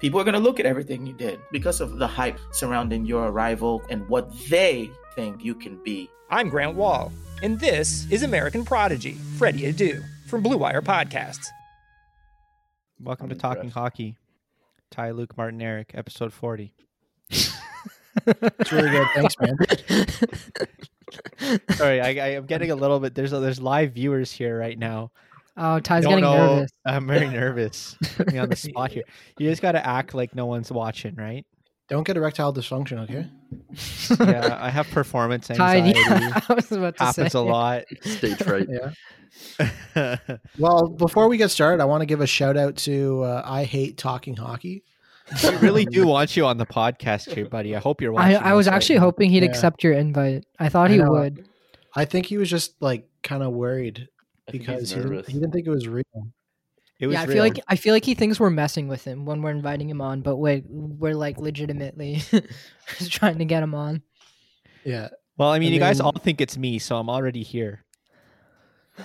People are going to look at everything you did because of the hype surrounding your arrival and what they think you can be. I'm Grant Wall, and this is American Prodigy, Freddie Adu, from Blue Wire Podcasts. Welcome I'm to Talking impressed. Hockey. Ty, Luke, Martin, Eric, episode 40. It's really good. Thanks, man. Sorry, I, I am getting a little bit. There's there's live viewers here right now. Oh, Ty's Don't getting know- nervous. I'm very nervous. Put me on the spot here. You just got to act like no one's watching, right? Don't get erectile dysfunction, okay? Yeah, I have performance Ty, anxiety. yeah, I was about to Happens say. a lot. Stay right. Yeah. That's Well, before we get started, I want to give a shout out to uh, I Hate Talking Hockey. We really do want you on the podcast here, buddy. I hope you're I, watching. I was this right actually now. hoping he'd Yeah. accept your invite. I thought I he know. would. I think he was just like kind of worried I think he's because he didn't, nervous. he didn't think it was real. It was yeah, I real. feel like I feel like he thinks we're messing with him when we're inviting him on, but wait, we're like legitimately just trying to get him on. Yeah, Well, I mean, I you guys mean- all think it's me, so I'm already here.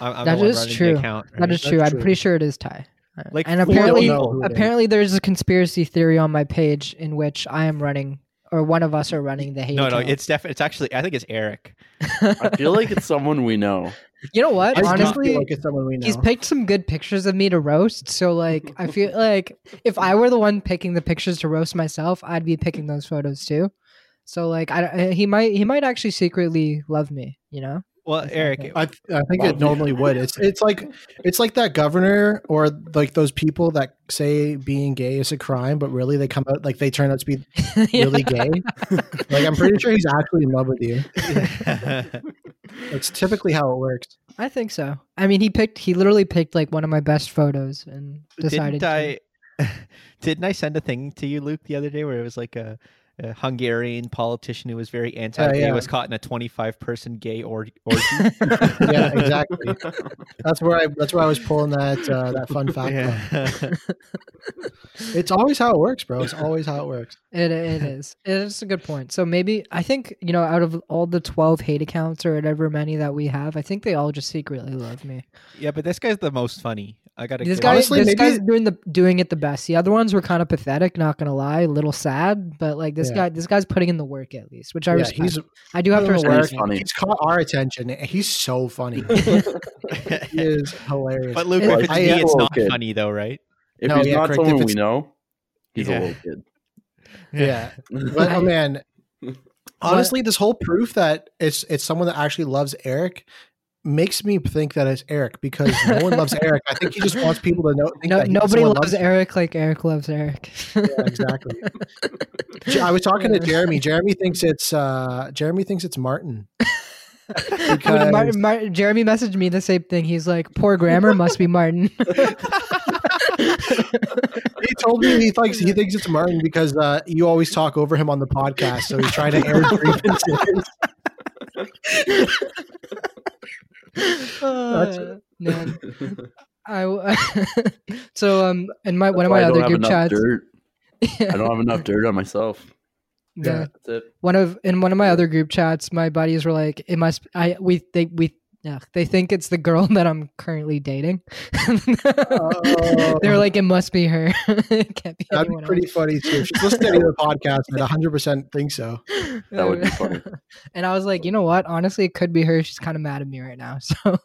I'm, I'm That the one is running true. The account, That right? is That's true. I'm true. pretty sure it is Ty. Uh, Like and four apparently, people. who it is. apparently there's a conspiracy theory on my page in which I am running, or one of us are running the hate. No, no, account. it's definitely. It's actually. I think it's Eric. I feel like it's someone we know. you know what? I just feel Honestly, like it's someone we know. He's picked some good pictures of me to roast, so like I feel like if I were the one picking the pictures to roast myself, I'd be picking those photos too. So like I uh, he might he might actually secretly love me, you know? Well, Eric. I, th- I think it normally would. It's it's like it's like that governor or like those people that say being gay is a crime, but really they come out like they turn out to be Yeah. really gay. Like I'm pretty sure he's actually in love with you. That's typically how it works. I think so. I mean, he picked he literally picked like one of my best photos and decided didn't I? Didn't I send a thing to you, Luke, the other day where it was like a, a Hungarian politician who was very anti-gay Oh, yeah. was caught in a 25-person gay or- orgy? Yeah, exactly. that's where I that's where I was pulling that uh, that fun fact. from. Yeah. It's always how it works, bro. It's always how it works. to. It it is. It is a good point. So maybe I think, you know, out of all the 12 hate accounts or whatever many that we have, I think they all just secretly love me. yeah, but this guy's the most funny. I gotta. This give- guy, Honestly, this maybe- guy's doing the doing it the best. The other ones were kind of pathetic, not gonna lie, a little sad. But like this Yeah. guy, this guy's putting in the work at least, which I Yeah, respect. he's I do have to putting in the respect. He's work. funny. He's caught our attention. He's so funny. He is hilarious. But Luke, It- if it's I- me, I- it's not okay. funny though, right? If No, he's yeah, not correct. If someone we it's- know, he's Yeah. a little kid. yeah, but oh man, honestly, this whole proof that it's it's someone that actually loves Eric makes me think that it's Eric because no one loves Eric. I think he just wants people to know. think No, that he- nobody someone loves Eric like Eric loves Eric. Yeah, exactly. J- I was talking to Jeremy. Jeremy thinks it's uh Jeremy thinks it's Martin. When Mar- Because- Mar- Jeremy messaged me the same thing. He's like, "Poor grammar must be Martin." He told me he thinks he thinks it's Martin because uh, you always talk over him on the podcast, so he's trying to air grievances. Uh, man, I w- so um and my one of my I don't other have group enough chats. dirt. I Yeah. don't have enough dirt on myself. Yeah. That's it. one of in one of my other group chats my buddies were like it must i we they we Yeah, they think it's the girl that I'm currently dating. They're like, it Oh. must be her. it can't be That'd be anyone pretty funny too. If she's listening to the podcast, I'd 100 percent think so. else. That would be funny. and I was like, you know what? Honestly, it could be her. She's kind of mad at me right now. So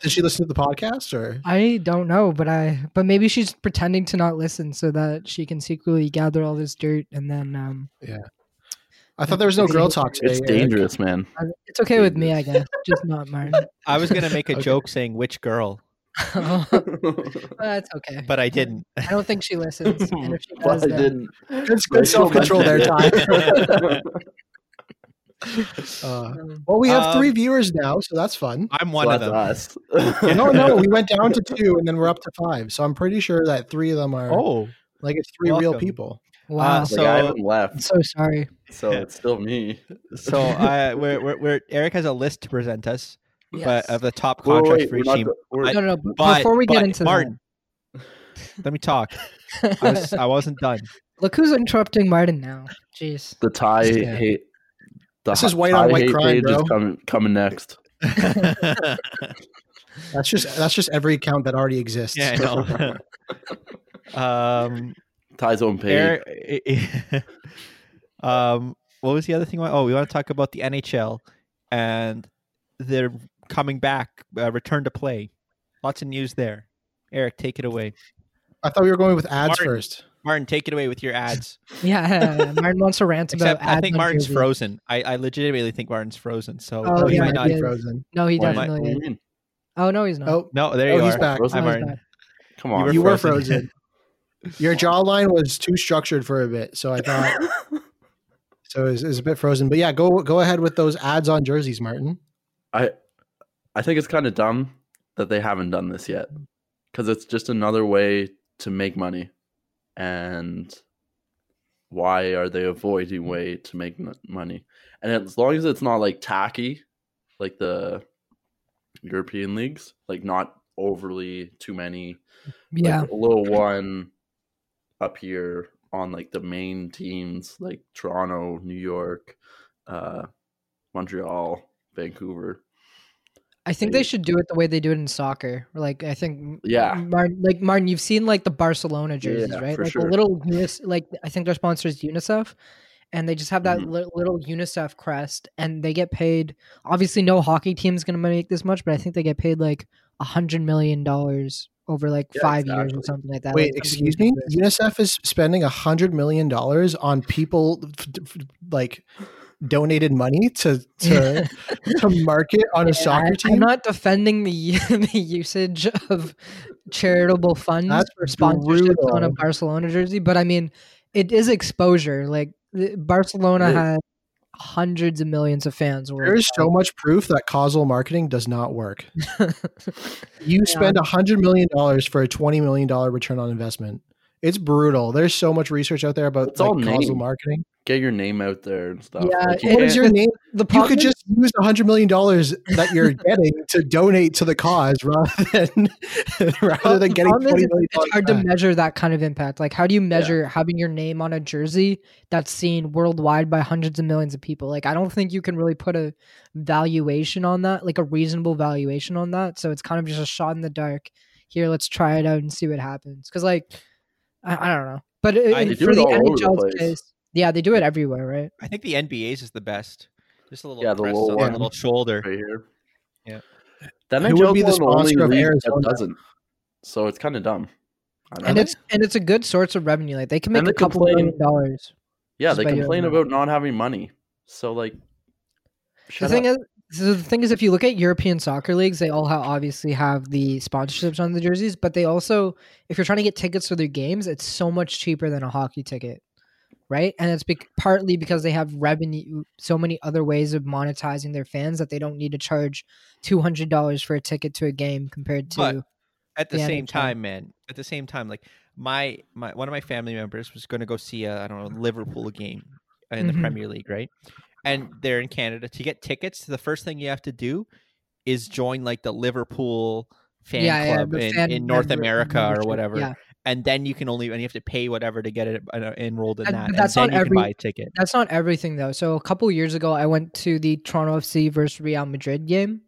Did she listen to the podcast or? I don't know, but I but maybe she's pretending to not listen so that she can secretly gather all this dirt and then um I thought there was no girl talk today. It's Eric. dangerous, man. I- it's okay with me, I guess. Just not Martin. I was gonna make a Okay. joke saying which girl, that's okay. but I didn't. I don't think she listens. And if she Well, does, I then- didn't. It's good Rachel self control there, Ty. mentioned it. Uh, well, we have Um, three viewers now, so that's fun. Oh, I'm one So of them. that's us. No, no, we went down to two, and then we're up to five. So I'm pretty sure that three of them are Oh, like it's three real welcome. people. wow. Uh, Like, I So- haven't left, I'm so sorry. so it's still me. so uh, I we're, we're, we're Eric has a list to present us, Yes. but of the top Wait, wait, contracts wait, for we're each not team. the- we're- I- no, no, no. b- But before we get but, into Martin, let me talk. that, I, was, I wasn't done. look who's interrupting Martin now. Jeez. the tie Yeah. hate. The This is hi- white on tie white hate crime, page bro. Is coming, coming next. That's just that's just every account that already exists. yeah, I know. um, Ty's own page. Eric, um, what was the other thing? Oh, we want to talk about the NHL and they're coming back, uh, return to play. Lots of news there. Eric, take it away. I thought we were going with ads Martin. first. Martin, take it away with your ads. Yeah, Martin wants to rant about. Except I ads think on Martin's TV. frozen. I, I legitimately think Martin's frozen. So Oh, Oh, he he might yeah, might not. be is. frozen. No, he Why am I- What do definitely. you Is. mean? Oh no, he's not. Oh, No, there Oh, you he's are. back. No, Hi, he's Martin. not. Come on. you were frozen. frozen. Your jawline was too structured for a bit, so I thought so. It was, it was a bit frozen, but yeah, go go ahead with those ads on jerseys, Martin. I I think it's kind of dumb that they haven't done this yet cuz it's just another way to make money. And why are they avoiding way to make n- money? And as long as it's not like tacky like the European leagues, like not overly too many like, Yeah, a little one up here on like the main teams like Toronto, New York, uh Montreal, Vancouver. I think they should do it the way they do it in soccer. Like I think. Yeah. Martin, like Martin, you've seen like the Barcelona jerseys, Yeah, right? for Like sure. a little, unis- like I think their sponsor is UNICEF, and they just have that Mhm. li- little UNICEF crest, and they get paid. Obviously, no hockey team's going to make this much, but I think they get paid like a hundred million dollars over like Yeah, five years exactly. or something like that. Wait, Like, something excuse me. ridiculous. UNICEF is spending a hundred million dollars on people f- f- like donated money to to to market on a Yeah, I- soccer I'm team. not defending the the usage of charitable funds That's for sponsorships on a brutal. Barcelona jersey, but I mean, it is exposure. Like the- Barcelona Yeah. has hundreds of millions of fans. There is so much proof that causal marketing does not work. worldwide. You Yeah. spend a hundred million dollars for a twenty million dollar return on investment. It's brutal. There's so much research out there about It's all like, causal name. marketing. Get your name out there and stuff. Yeah, Like, you it- What is can't- your name? the You problem could just use a hundred million dollars that you're getting to donate to the cause rather than rather than the getting problem is twenty it's- million dollars. Oh, it's hard to measure that kind of impact. Like, how do you measure having your name on a jersey that's seen worldwide by hundreds of millions of people? Like, I don't think you can really put a valuation on that, like a reasonable valuation on that. So it's kind of just a shot in the dark. Here, let's try it out and see what happens. Because, like, I, I don't know, but it, I- it- They do for it the all over the NHL's place. case, yeah, they do it everywhere, right? I think the NBA's is the best. Just a little Yeah, the crest little on the one. little shoulder. right here. Yeah. That Who would be the sponsor of Arizona? That doesn't. So it's kind of dumb. I don't And know. it's and it's a good source of revenue. Like, they can make And a they couple complain- million dollars. yeah, just they by doing complain that. about not having money. So like, shut the thing up. is, so the thing is, if you look at European soccer leagues, they all have, obviously have the sponsorships on the jerseys, but they also, if you're trying to get tickets for their games, it's so much cheaper than a hockey ticket, right? And it's bec partly because they have revenue, so many other ways of monetizing their fans that they don't need to charge two hundred dollars for a ticket to a game compared to. But- at the the same NHL. time, man. At the same time, like my my one of my family members was going to go see a I don't know Liverpool game in the Mhm. Premier League, right? And they're in Canada. To get tickets, the first thing you have to do is join like the Liverpool fan Yeah, yeah, club the in, fan in North member- America or membership, whatever, yeah. and then you can only and you have to pay whatever to get it uh, enrolled in And that. that's and on then you every- can buy a ticket. That's not everything though. So a couple years ago, I went to the Toronto FC versus Real Madrid game.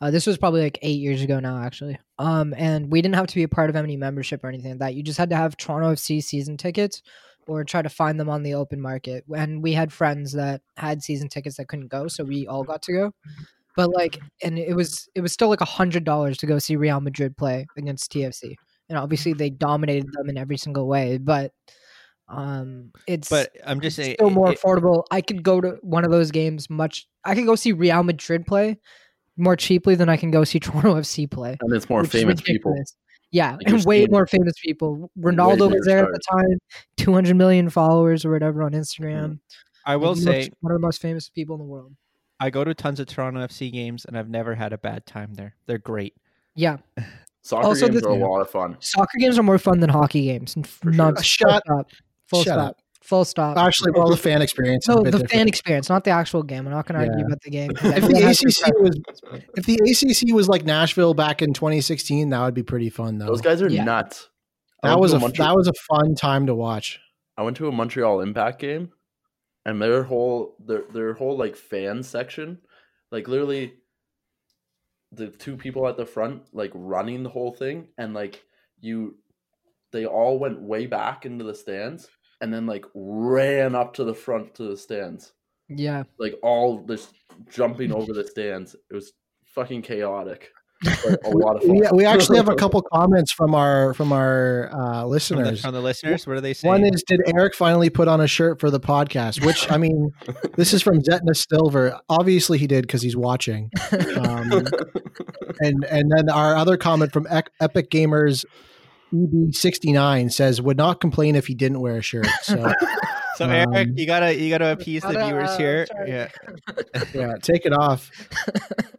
Uh, this was probably like eight years ago now, actually. Um, and we didn't have to be a part of any membership or anything like that. You just had to have Toronto FC season tickets or try to find them on the open market. And we had friends that had season tickets that couldn't go, so we all got to go. But like, and it was it was still like a hundred dollars to go see Real Madrid play against TFC, and obviously they dominated them in every single way. But um, it's But I'm just it's saying, still more it- affordable. I could go to one of those games much. I could go see Real Madrid play more cheaply than I can go see Toronto FC play. and it's more which is famous people. ridiculous. Yeah, Like, and you're way seeing more famous people. Ronaldo bigger was there at the time, 200 million followers or whatever on Instagram. I will Like, he say, looks- one of the most famous people in the world. I go to tons of Toronto FC games, and I've never had a bad time there. They're great. Yeah, Soccer Also, games this- are a lot of fun. soccer games are more fun than hockey games. And sure. non- Shut- full stop. Full shut stop. up. Full stop. Actually, well, the fan experience. is a no, the bit fan different. experience, not the actual game. I'm not going to argue Yeah. about the game. If the ACC was, if the ACC was like Nashville back in 2016, that would be pretty fun though. Those guys are Yeah. nuts. I that went was to a Montreal- that was a fun time to watch. I went to a Montreal Impact game, and their whole their their whole like fan section, like literally, the two people at the front like running the whole thing, and like you, they all went way back into the stands, and then like ran up to the front to the stands, yeah, like all this jumping over the stands. It was fucking chaotic. but a lot of fun. We, we actually have a couple comments from our from our uh, From the, listeners. from the listeners, what are they saying? One is, did Eric finally put on a shirt for the podcast? Which I mean, this is from Zetna Silver. Obviously, he did because he's watching. Um, and and then our other comment from Ec- Epic Gamers E EB69 says, "Would not complain if he didn't wear a shirt." So so um, Eric, you gotta you gotta appease the Gotta, viewers uh, here. sorry. Yeah. yeah, take it off.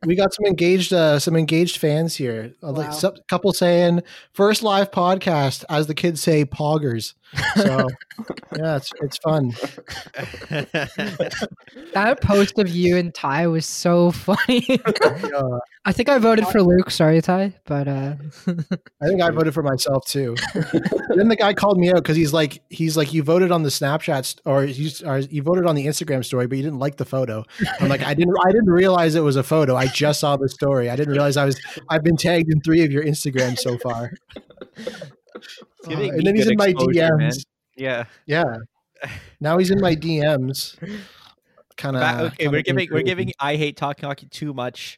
We got some engaged uh, some engaged fans here. A li- Wow. sup- couple saying, first live podcast," as the kids say, "Poggers." So yeah, it's it's fun. that post of you and Ty was so funny. Yeah. I think I voted for Luke. Sorry, Ty, but uh, I think I voted for myself too. then the guy called me out because he's like, he's like, you voted on the Snapchat st- or you, or you voted on the Instagram story, but you didn't like the photo. I'm like, I didn't, I didn't realize it was a photo. I just saw the story. I didn't realize I was, I've been tagged in three of your Instagrams so far. Uh, giving and me then he's good in my exposure, DMs. man. yeah. Yeah. Now he's in my DMs. Kind Ba- of. okay, we're giving we're giving I hate talking hockey too much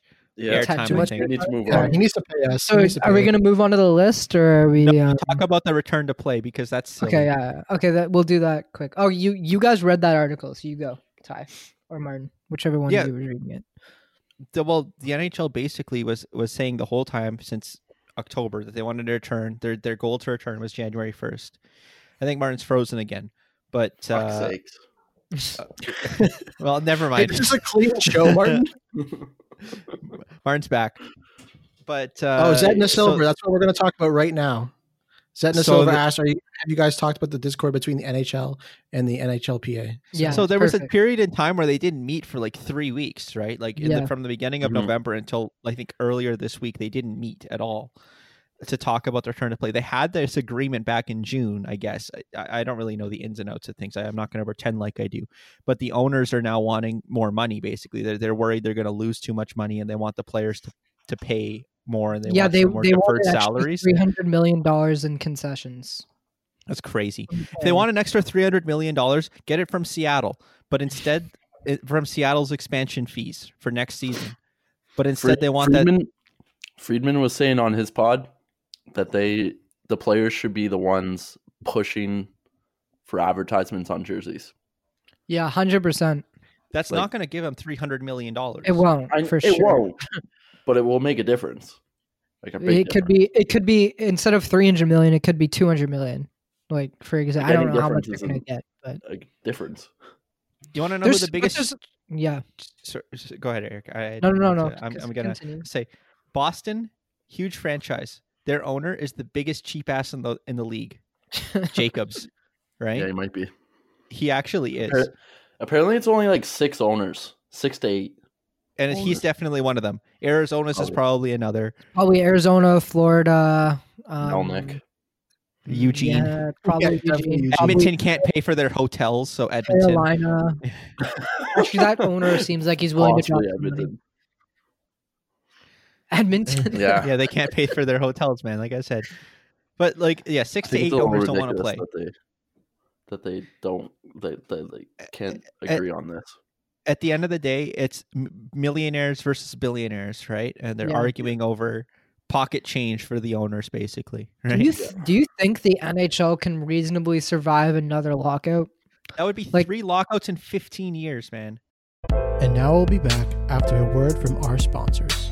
yeah, Too airtime. much I we think. need to move Yeah, on. he needs to pay us. He so needs to are pay we us. going to move on to the list or are we? um, Talk about the return to play because that's silly. Okay, yeah. Okay, that we'll do that quick. Oh, you you guys read that article, so you go, Ty or Martin, whichever one Yeah. of you was reading it. the, well, the NHL basically was was saying the whole time since October that they wanted to return. Their their goal to return was January first. I think Martin's frozen again, but Fuck's uh, sakes. well, never mind. It's just a clean show, Martin. Martin's back. But Oh, uh, Zetna so- Silver. That's what we're going to talk about right now. Zetna So Silver the- asked, Are you, have you guys talked about the discord between the NHL and the NHLPA? Yeah. so there was a perfect. period in time where they didn't meet for like three weeks, right? Like in Yeah. the, from the beginning of Mhm. November until I think earlier this week, they didn't meet at all to talk about their turn to play. They had this agreement back in June, I guess. I- I, I don't really know the ins and outs of things. I, I'm not going to pretend like I do. But the owners are now wanting more money. Basically, they're they're worried they're going to lose too much money, and they want the players to to pay more, and they yeah, want they some more they deferred wanted salaries. three hundred million dollars in concessions. That's crazy. If they want an extra three hundred million dollars, get it from Seattle, but instead it, from Seattle's expansion fees for next season. But instead, they want that. Friedman, Friedman was saying on his pod that they the players should be the ones pushing for advertisements on jerseys. Yeah, hundred percent. That's like- not going to give them three hundred million dollars. It won't I- for it sure. won't, but it will make a difference. Like a big It could be. It could be instead of three hundred million, it could be two hundred million. Like for example, I Like, don't any know how much they're difference gonna isn't- get, but difference. a difference. You want to know who there's the but biggest? there's- Yeah. Sor- s- go ahead, Eric. I, No, no, no, no. I'm, con- I'm gonna continue. say Boston, huge franchise. Their owner is the biggest cheap ass in the in the league, Jacobs. Right? Yeah, it might be. He actually is, Appar- Apparently, it's only like six owners, six to eight. and he's owners. definitely one of them. Arizona's is Probably. probably another. Probably Arizona, Florida. Um, Melnick. Eugene. Yeah, probably definitely Eugene. Eugene. Probably Edmonton can't pay for their hotels, so Edmonton. Carolina. Actually, that owner seems like he's willing to drop Possibly some money. Edmonton. Edmonton. Yeah. yeah, they can't pay for their hotels, man. Like I said, but like yeah, six to think eight it's a little owners don't want to play. ridiculous That they, that they don't they, they, they can't eh, agree on this. At the end of the day, it's m- millionaires versus billionaires, right? And they're Yeah. arguing over pocket change for the owners, basically, right? Do you th- do you think the NHL can reasonably survive another lockout? that would be like- three lockouts in 15 years, man. And now we'll be back after a word from our sponsors.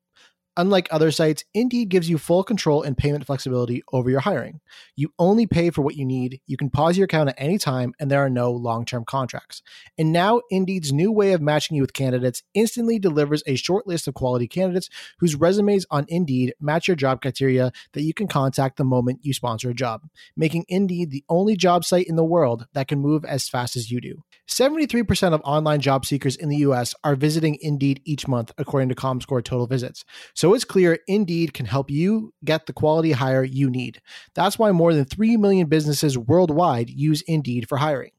Unlike other sites, Indeed gives you full control and payment flexibility over your hiring. You only pay for what you need, you can pause your account at any time, and there are no long term contracts. And now, Indeed's new way of matching you with candidates instantly delivers a short list of quality candidates whose resumes on Indeed match your job criteria that you can contact the moment you sponsor a job, making Indeed the only job site in the world that can move as fast as you do. 73% of online job seekers in the US are visiting Indeed each month, according to ComScore Total Visits. So it's clear Indeed can help you get the quality hire you need. That's why more than 3 million businesses worldwide use Indeed for hiring.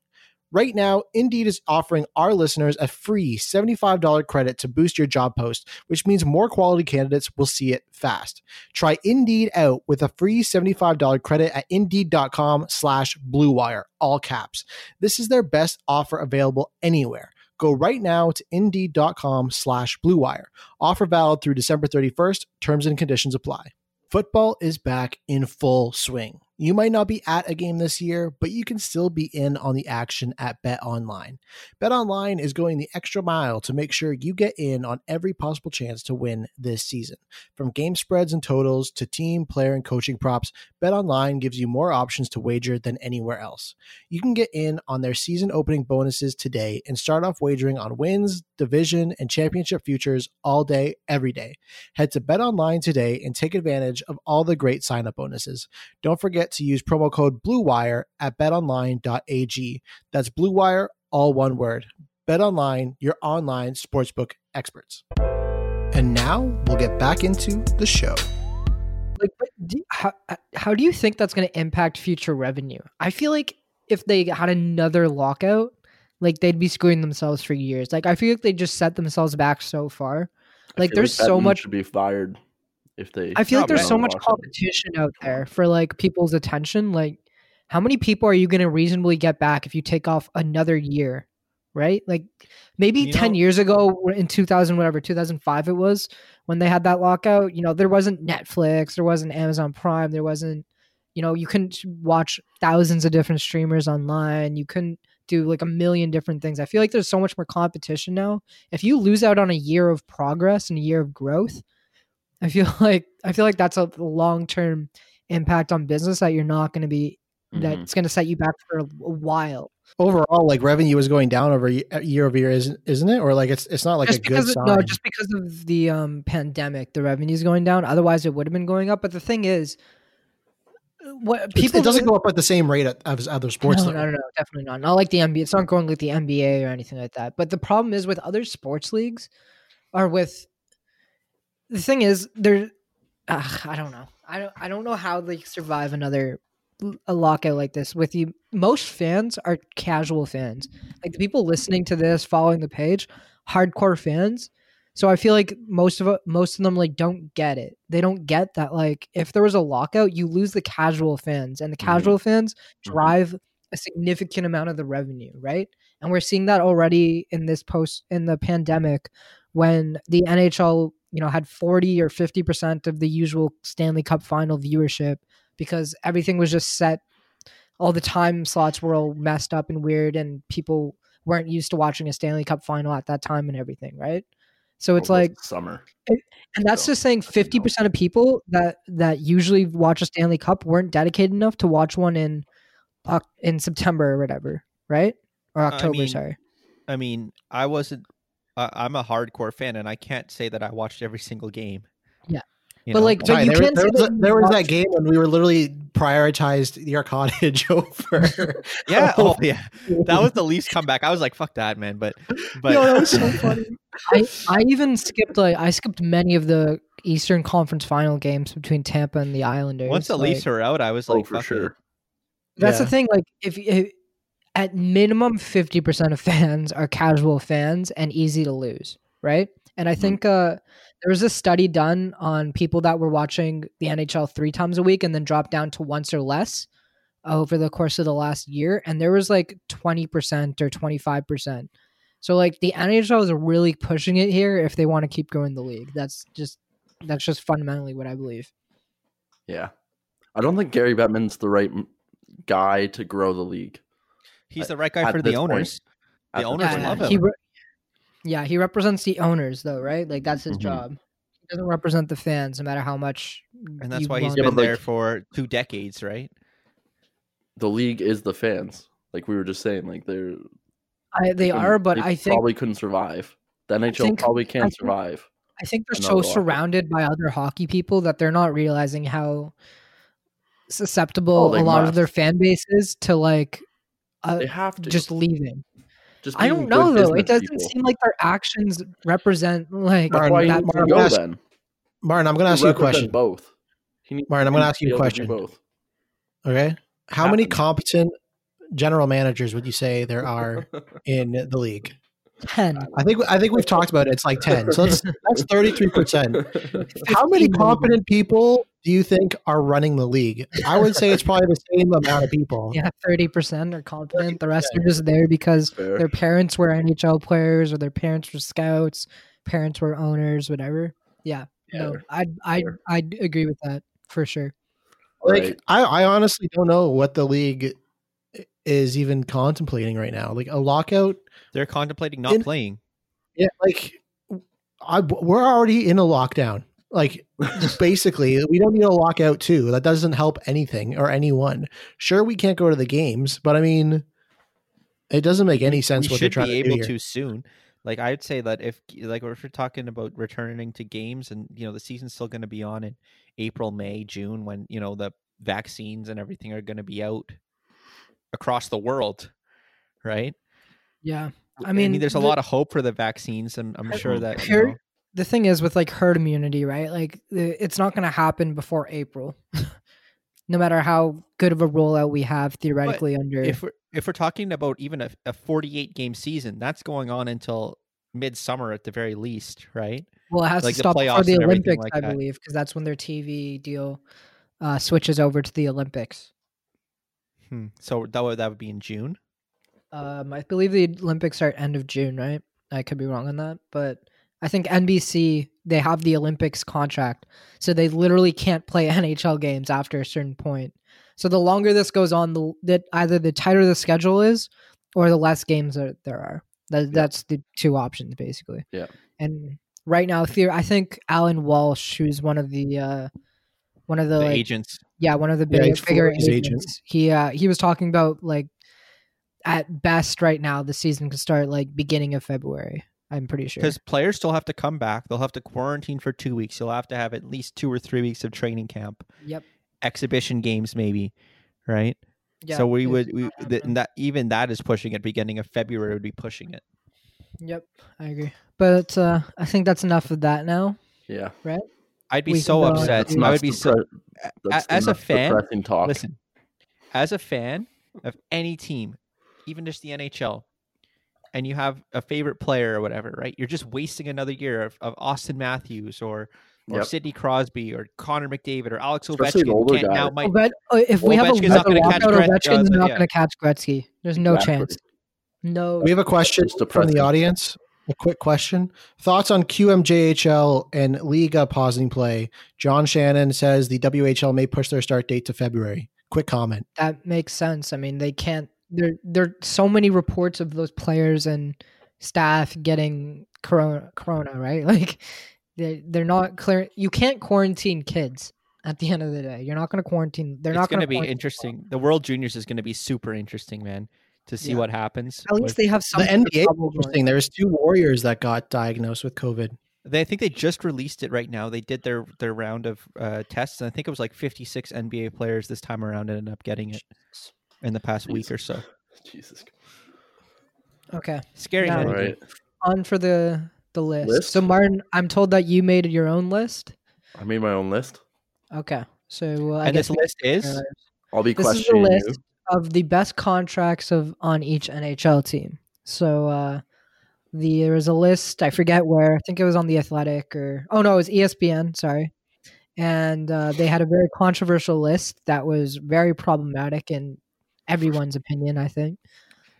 Right now, Indeed is offering our listeners a free $75 credit to boost your job post, which means more quality candidates will see it fast. Try Indeed out with a free $75 credit at indeed.com slash bluewire, all caps. This is their best offer available anywhere. Go right now to indeed.com slash bluewire. Offer valid through December 31st. Terms and conditions apply. Football is back in full swing. You might not be at a game this year, but you can still be in on the action at BetOnline. BetOnline is going the extra mile to make sure you get in on every possible chance to win this season. From game spreads and totals to team, player, and coaching props, BetOnline gives you more options to wager than anywhere else. You can get in on their season opening bonuses today and start off wagering on wins, division, and championship futures all day, every day. Head to BetOnline today and take advantage of all the great sign-up bonuses. Don't forget to use promo code BLUEWIRE at betonline.ag. That's BLUEWIRE, all one word. BetOnline, your online sportsbook experts. And now we'll get back into the show. Like, but do, how how do you think that's going to impact future revenue? I feel like if they had another lockout, like they'd be screwing themselves for years. Like I feel like they just set themselves back so far. I Like feel there's so Bettman much. should be fired if they. I feel like Probably. there's so much Watch it. competition out there for like people's attention. Like, how many people are you going to reasonably get back if you take off another year? Right? Like, maybe You 10 know- years ago or in 2000, whatever, 2005 it was, when they had that lockout, you know, there wasn't Netflix, there wasn't Amazon Prime, there wasn't, you know, you couldn't watch thousands of different streamers online. You couldn't do like a million different things. I feel like there's so much more competition now. If you lose out on a year of progress and a year of growth, I feel like I feel like that's a long term impact on business that you're not going to be Mm-hmm. Mhm. that's going to set you back for a while. Overall, like revenue is going down over ye- year over year, isn't isn't it? Or like it's it's not like just a good because sign. of, no, just because of the um, pandemic, the revenue's going down. Otherwise, it would have been going up. But the thing is, uh, what It's- people it doesn't go up at the same rate at- as other sports. No, though. no, no, no, definitely not. Not like the NBA. It's not going like the NBA or anything like that. But the problem is with other sports leagues, or with the thing is there. Uh, I don't know. I don't. I don't know how they survive another l- a lockout like this. With you, most fans are casual fans. Like the people listening to this, following the page, hardcore fans. So I feel like most of most of them like don't get it. They don't get that like if there was a lockout, you lose the casual fans, and the Mhm. casual fans Mhm. drive a significant amount of the revenue, right? And we're seeing that already in this post in the pandemic when the NHL, you know, had 40 or 50% of the usual Stanley Cup final viewership because everything was just set all the time slots were all messed up and weird and people weren't used to watching a Stanley Cup final at that time and everything, right? So it's Well, like summer. and that's So, just saying I think fifty percent of people that that usually watch a Stanley Cup weren't dedicated enough to watch one in Oc- in September or whatever, right? Or October, mean, sorry. I mean, I wasn't. I I'm a hardcore fan, and I can't say that I watched every single game. Yeah. You But, know? like, Ty, you there, can't there say was, that a- you there was that watched- game when we were literally prioritized your cottage over. Yeah. Oh, yeah. That was the least comeback. I was like, "Fuck that, man!" But, but Yo, that was so funny. I, I even skipped like I skipped many of the Eastern Conference Final games between Tampa and the Islanders. once the like, Leafs were out, I was Oh, like, for "Fuck it." sure. That's Yeah. the thing. Like, if, if at minimum fifty percent of fans are casual fans and easy to lose, right? And I Mhm. think uh, there was a study done on people that were watching the NHL three times a week and then dropped down to once or less over the course of the last year, and there was like twenty percent or twenty five percent. So like the NHL is really pushing it here if they want to keep growing the league. That's just that's just fundamentally what I believe. Yeah. I don't think Gary Bettman's the right m- guy to grow the league. He's the right guy At for the this point. owners. The At this owners point. love He him. re- yeah, he represents the owners, though, right? Like that's his Mhm. job. He doesn't represent the fans, no matter how much. And that's you why he's want Yeah, been but, like- there for two decades, right? The league is the fans. Like we were just saying, like they're I, they couldn't- are, but they I think probably couldn't survive. The NHL think- probably can't I think- survive. I think they're another so hockey. surrounded by other hockey people that they're not realizing how Oh, susceptible they a lot of must. their fan base is to like uh, They have to just leaving. Just I being don't good know though. It business doesn't people. seem like their actions represent like That's Martin, why he that needs to Martin, go ask- then. Martin, I'm going to He ask you a represents question. Both. He needs Martin, I'm going to ask be you a able to do question. Both. Okay. How many Happens. competent general managers would you say there are in the league? ten. I think I think we've talked about it. It's like ten. So that's that's thirty three percent. How many 15 million. competent people do you think are running the league? I would say it's probably the same amount of people. Yeah, thirty percent are confident. The rest are just there because Fair. their parents were NHL players or their parents were scouts, parents were owners, whatever. Yeah. No, Fair. I'd I'd, Fair. I'd agree with that for sure. Like Right. I, I honestly don't know what the league i- is even contemplating right now. Like a lockout. They're contemplating not In- playing. Yeah. Like I we're already in a lockdown. Like basically, we don't need a lockout too. That doesn't help anything or anyone. Sure, we can't go to the games, but I mean, it doesn't make any sense we what they're should trying be to do able here. to soon. Like I'd say that if like if we're talking about returning to games and you know the season's still going to be on in April, May, June when you know the vaccines and everything are going to be out across the world, right? Yeah. I mean mean, there's a the- lot of hope for the vaccines, and I'm sure that you Here- know, The thing is with like herd immunity, right? Like the- it's not going to happen before April. no matter how good of a rollout we have theoretically under if we're if we're talking about even a, a 48 game season, that's going on until midsummer at the very least, right? well it has like to the stop before playoffs the and everything Olympics, like I that. believe, because that's when their TV deal uh, switches over to the Olympics. Hmm. So that would that would be in June. Um, I believe the Olympics are end of June, right? I could be wrong on that, but I think NBC they have the Olympics contract, so they literally can't play NHL games after a certain point. So the longer this goes on, the that either the tighter the schedule is, or the less games that there are. That, That's the two options basically. Yeah. And right now, theor- I think Alan Walsh, who's one of the uh, one of the, The like, agents yeah, one of the Yeah, big, he's bigger Florida's agents. agent. He uh, he was talking about like at best right now the season could start like beginning of February. I'm pretty sure. because players still have to come back. They'll have to quarantine for two weeks. You'll have to have at least two or three weeks of training camp, Yep. exhibition games, maybe, right? Yeah, so we it's would, not we, th- happening. that even that is pushing it. Beginning of February would be pushing it. Yep, I agree. But uh, I think that's enough of that now. yeah. I'd be We so can go- upset. That's I not would be so. depre- that's as a not fan, depressing talk. Listen, as a fan of any team, even just the NHL, and you have a favorite player or whatever, right? You're just wasting another year of, of Austin Matthews or or Yep. Sidney Crosby or Connor McDavid or Alex Especially the Ovechkin. older Can't guy. now might But uh, if we have a Ovechkin's not another gonna catch walkout, Gretzky, Ovechkin's so not yeah. going to catch Gretzky. There's no Exactly. chance. No. We have a question It's from depressing. the audience. A quick question. Thoughts on QMJHL and Liga pausing play? John Shannon says the WHL may push their start date to February. Quick comment. that makes sense. I mean, they can't. There, there are so many reports of those players and staff getting corona, corona right? Like, they they're not clear. You can't quarantine kids at the end of the day. You're not going to quarantine. They're it's not going to going be interesting. The World Juniors is going to be super interesting, man, to see Yeah. what happens. At least with- they have some The NBA trouble going interesting. on. There's two Warriors that got diagnosed with COVID. They, I think they just released it right now. They did their their round of uh, tests, and I think it was like 56 NBA players this time around ended up getting it in the past week or so. Jesus. Okay. Scary. Yeah. man. All right. On for the the list. List? So Martin, I'm told that you made your own list. I made my own list. Okay. So well, I And guess uh, this we- list is I'll be This is the questioning list. you. of the best contracts of on each NHL team. So uh the there was a list, I forget where. I think it was on the Athletic or oh no, it was ESPN, sorry. And uh, they had a very controversial list that was very problematic in everyone's opinion, I think.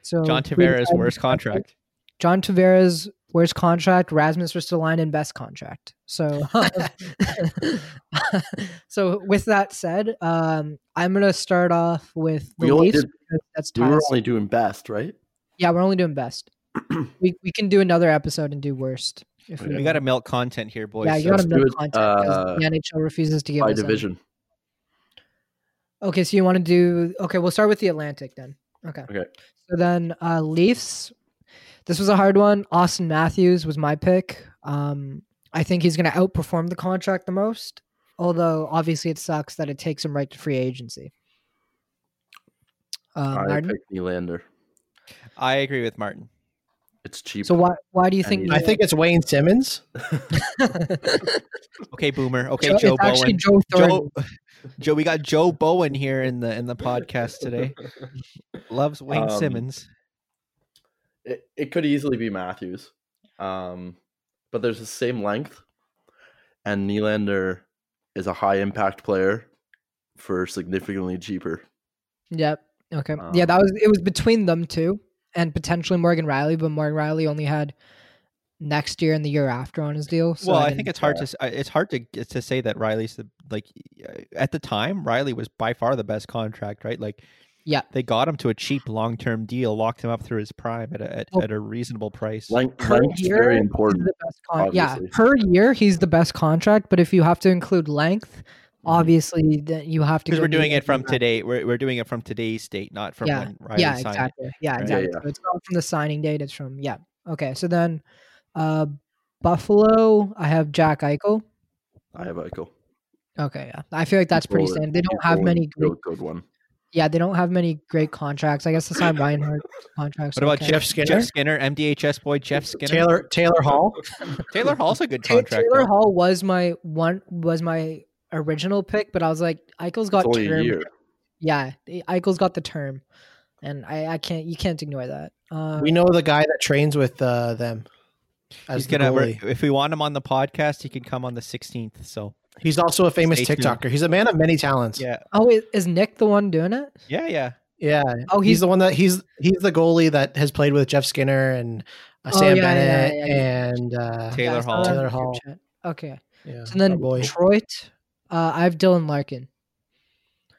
So John we Tavares' decided- worst contract. John Tavares worst contract, Rasmus Ristolainen best contract. So, so with that said, um, I'm gonna start off with the We only Leafs did- because that's We were Tyler's- only doing best, right? yeah, we're only doing best. we we can do another episode and do worst. If Okay. We got to milk content here, boys. yeah, you so- got to do milk it, content because uh, the NHL refuses to give us By any. division. Okay, so you want to do okay? We'll start with the Atlantic then. Okay. Okay. So then uh, Leafs. This was a hard one. Austin Matthews was my pick. Um, I think he's going to outperform the contract the most. Although obviously it sucks that it takes him right to free agency. Uh, I Martin? picked Nylander. I agree with Martin. It's cheap. So why why do you I think? mean- I think it's Wayne Simmons. Okay, Boomer. Okay, Joe, Joe it's actually Bowen. Joe Thornton. Joe, Joe, we got Joe Bowen here in the in the podcast today. Loves Wayne Um, Simmons. it, it could easily be Matthews. Um, but there's the same length, and Nylander is a high impact player for significantly cheaper. Yep. Okay. yeah, that Um, was it was between them two and potentially Morgan Riley, but Morgan Riley only had next year and the year after on his deal. So well, I think didn't- it's hard to s- I- it's hard to g- to say that Riley's the like uh, at the time Riley was by far the best contract, right? Like, Yeah. they got him to a cheap long term deal, locked him up through his prime at a at, Well, at a reasonable price. Length, per length's year, very he's important. the best con- yeah, obviously. per year he's the best contract, but if you have to include length, Mhm. obviously then you have to because we're give me doing it something from that- today. We're, we're doing it from today's date, not from Yeah. when Riley yeah, signed. exactly. Yeah, Right. Yeah, exactly. yeah. So it's not from the signing date. It's from yeah. Okay, so then uh Buffalo, I have Jack Eichel. I have Eichel. Okay, yeah, I feel like that's pretty Rolling. standard. They don't He's have the many only great real good one. Yeah, they don't have many great contracts. I guess the time Reinhardt contracts. What about okay. Jeff Skinner? Jeff Skinner, MDHS boy, Jeff Skinner, Uh-huh. Taylor Taylor Hall. Taylor Hall's a good Ta- contract. Taylor though. Hall was my one was my original pick, but I was like, Eichel's It's got only a term. year. Yeah, the- Eichel's got the term, and I, I can't you can't ignore that. Um, We know the guy that trains with uh, them. As He's the gonna. we're- goalie. If we want him on the podcast, he can come on the 16th. So He's also a famous Stay tuned. TikToker. He's a man of many talents. yeah, oh, i- is Nick the one doing it? yeah, yeah. Yeah, Oh, he's, he's, the one that he's he's the goalie that has played with Jeff Skinner and uh, Sam Oh, yeah, yeah, Bennett yeah, yeah. and uh, yeah, I Taylor saw Hall. that in Taylor the group Hall. chat. Okay, yeah, so then our boy. Detroit, uh, I have Dylan Larkin.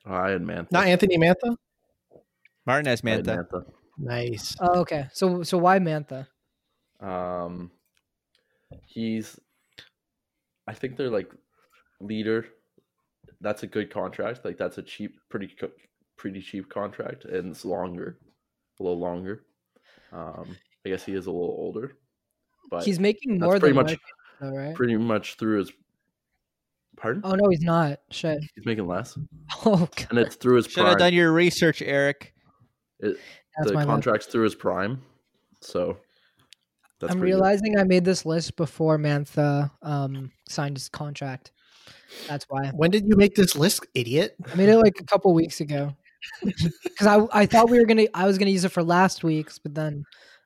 Ryan Oh, Mantha. not Anthony Mantha. Martinez Ryan Mantha. Nice. Oh, okay, so so why Mantha? Mantha. Um, he's. I think they're like leader. That's a good contract. Like that's a cheap, pretty, co- pretty cheap contract, and it's longer, a little longer. Um, I guess he is a little older, but He's making that's more pretty than much, Larkin, though, right? pretty much through his. Pardon? Oh no, he's not. Shit. He's making less, Oh, God, and it's through his Should have prime. done your research, Eric. It- that's the my bad. contract's through his prime, so. That's I'm pretty good. realizing I made this list before Mantha um, signed his contract. That's why When did you make this list, idiot? I made it like a couple weeks ago. Because I, I thought we were gonna I was gonna use it for last week's, but then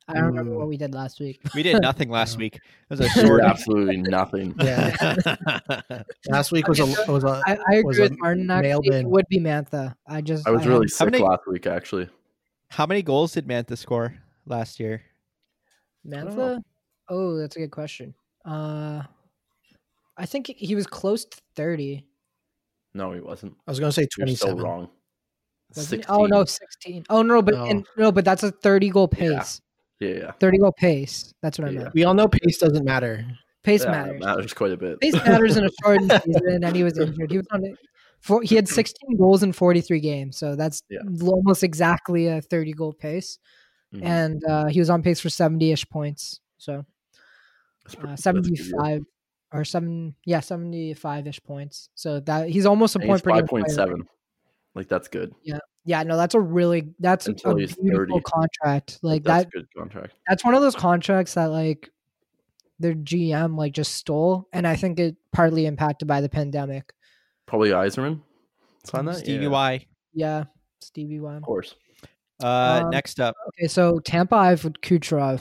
I don't remember Mm. what we did last week. We did nothing last week. It was a He did short. absolutely nothing. Yeah, last week was a Okay, so was a I, I agree Was with a Martin. mailed Actually, it in. would be Mantha. I just I was had- really sick many- last week, actually. How many goals did Mantha score last year? don't Mantha. know. Oh, that's a good question. Uh, I think he was close to thirty. No, he wasn't. I was gonna say You're twenty so seven. wrong. wasn't he? Oh no, 16. sixteen. Oh no, but No. and- no, but that's a thirty goal pace. Yeah. Yeah, yeah. 30 goal pace. That's what I Yeah. meant. we all know pace doesn't matter. Pace Yeah, matters. It matters quite a bit. Pace matters in a shortened season, and he was injured. He was on. Four, he had 16 goals in 43 games, so that's Yeah. l- almost exactly a 30 goal pace. Mhm. And uh, he was on pace for 70 ish points. So uh, 75 or seven, yeah, 75 ish points. So that he's almost a point per game Five player. point seven. Like that's good. Yeah, no, that's a really that's Until a he's beautiful 30. contract. Like that's that a good contract. that's one of those contracts that like their GM like just stole, and I think it partly impacted by the pandemic. Probably Eiserman. Sign that. Stevie Yeah, Y. Yeah, Stevie Wonder. Of course. Uh, Um, next up, Okay, so Tampa I've with Kucherov,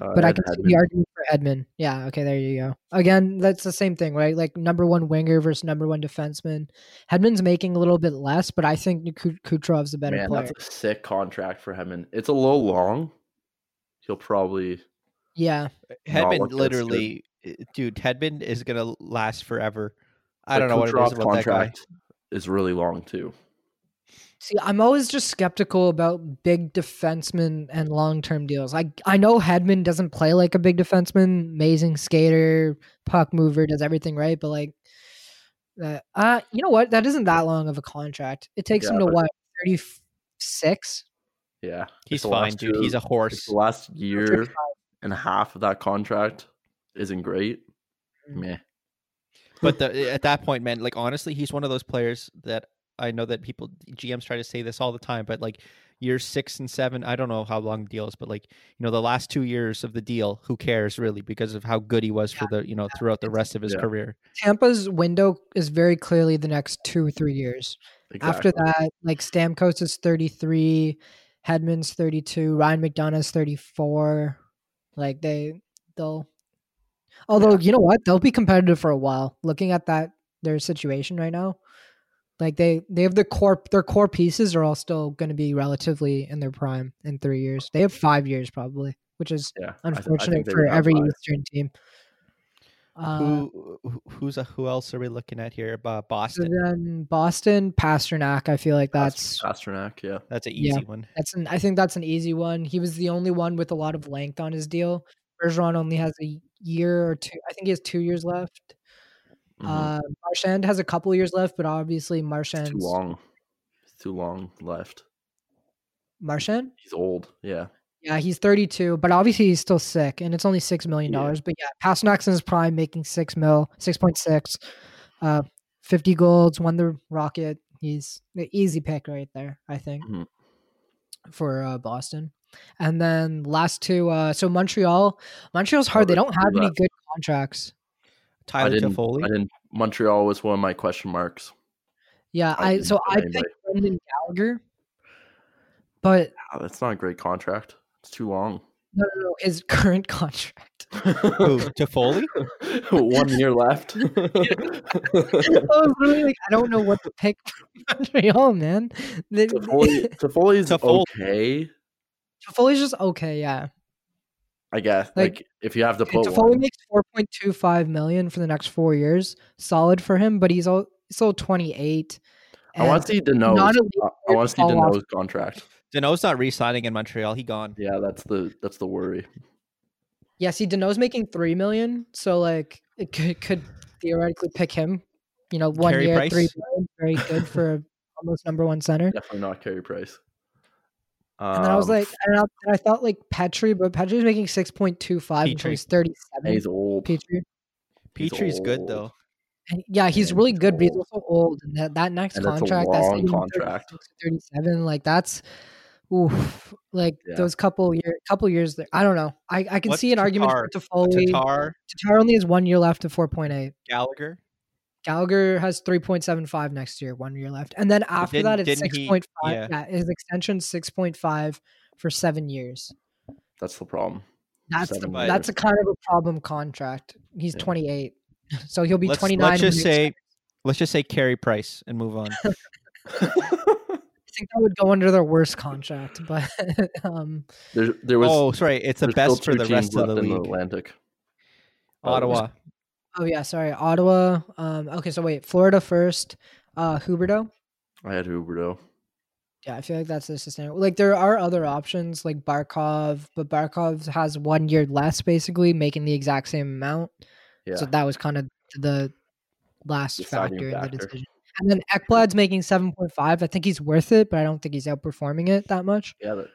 Uh, but I Ed can see Hedman. the argument for Edmund. Yeah, okay, there you go. Again, that's the same thing, right? Like number one winger versus number one defenseman. Hedman's making a little bit less, but I think Ku- Kucherov's a better Man, player. that's a sick contract for Hedman. It's a little long. He'll probably Yeah, not Hedman look that literally, uh, dude, Hedman is gonna last forever. I but don't know what it is Kucherov's about that guy. Is really long too. See, I'm always just skeptical about big defensemen and long term deals. I I know Hedman doesn't play like a big defenseman, amazing skater, puck mover, does everything right, but like that uh you know what? That isn't that long of a contract. It takes Yeah, him to but- what, thirty six? Yeah, He's It's the last fine, dude. two- He's a Like, horse. the last year and a half of that contract isn't great. Mm. Meh. But the, eh, at that point, man, like honestly, he's one of those players that I know that people GMs try to say this all the time, but like year six and seven, I don't know how long the deal is, but like you know, the last two years of the deal, who cares really? Because of how good he was for the you know throughout the rest of his Yeah. career. Tampa's window is very clearly the next two or three years. Exactly. After that, like Stamkos is thirty three, Hedman's thirty two, Ryan McDonough's thirty four. Like they they'll although you know what? They'll be competitive for a while. Looking at that their situation right now. Like they they have the core their core pieces are all still gonna be relatively in their prime in three years. They have five years probably, which is yeah, I th- I think unfortunate they for would have every five. Eastern team. Uh, who who- who's a, who else are we looking at here? Uh, So Boston. then Boston, Pasternak. I feel like that's Ast- Pasternak. Yeah, That's an yeah. easy one. that's an. I think that's an easy one. He was the only one with a lot of length on his deal. Bergeron only has a year or two. I think he has two years left. Mhm. Uh, Marchand has a couple years left, but obviously It's too Marchand's long. It's too long left. Marchand. He's old. Yeah, Yeah, he's 32, but obviously he's still sick, and it's only six million Yeah. dollars. But yeah, Pasternak's in his prime, making six mil, six point six, uh, 50 golds, won the Rocket. He's an easy pick right there, I think, Mhm. for uh, Boston. And then last two, uh, so Montreal, Montreal's hard. They there's don't two have any left. good contracts. I Tyler didn't. I Toffoli. didn't. Montreal was one of my question marks. Yeah, I I didn't so put I anybody. picked Brendan Gallagher, but Ah, that's not a great contract. It's too long. no, no, no, his current contract. Who? Toffoli? one year left. I was really like, I don't know what to pick for Montreal, man. They- Toffoli, Toffoli's Toffoli. okay, Toffoli's just okay, yeah. I guess. Like, Like, if you have to put Toffoli one, makes four point two five million for the next four years. Solid for him, but he's all still twenty eight. I want to see uh Dano's. not a I- I want to see fall off. Dano's contract. Dano's not re-signing in Montreal. He gone. Yeah, that's the that's the worry. Yeah, see, Dano's making three million, so like it could, could theoretically pick him. You know, one Carey year, Price? three million, very good for a almost number one center. Definitely not Carey Price. And then I was Um, like, and I, and I thought like Petri, but Petri's making six point two five until Petrie. he's thirty seven. he's old. Petri, He's Petrie's good old. though. and yeah, he's And really he's good, but he's old. also old. And that, that next And that's a contract, long even 36 contract. to thirty-seven, like that's, oof, like Yeah. those couple year, couple years there. I don't know. I, I can What's see an argument for Toffoli. Tatar. Tatar, only has one year left to four point eight. Gallagher. Gallagher has three point seven five next year, one year left, and then after that didn't- it's didn't six he- point five. yeah. yeah, his extension six point five for seven years. That's the problem. That's the Seven that's years. a kind of a problem contract. He's Yeah. 28, so he'll be Let's, 29. let's when just he say, expires. let's just say Carey Price and move on. I think that would go under their worst contract, but um, There, there was oh, sorry, it's the there's still best for two the teams rest of the left in league. Atlantic. Ottawa. oh yeah, sorry, Ottawa. Um, okay, so wait, Florida first. Uh, Huberto. I had Huberto. Yeah, I feel like that's the sustainable. Like there are other options, like Barkov, but Barkov has one year less, basically making the exact same amount. Yeah, So that was kind of the last Deciding factor, in the factor. decision. And then Ekblad's making 7.5. I think he's worth it, but I don't think he's outperforming it that much. yeah. That,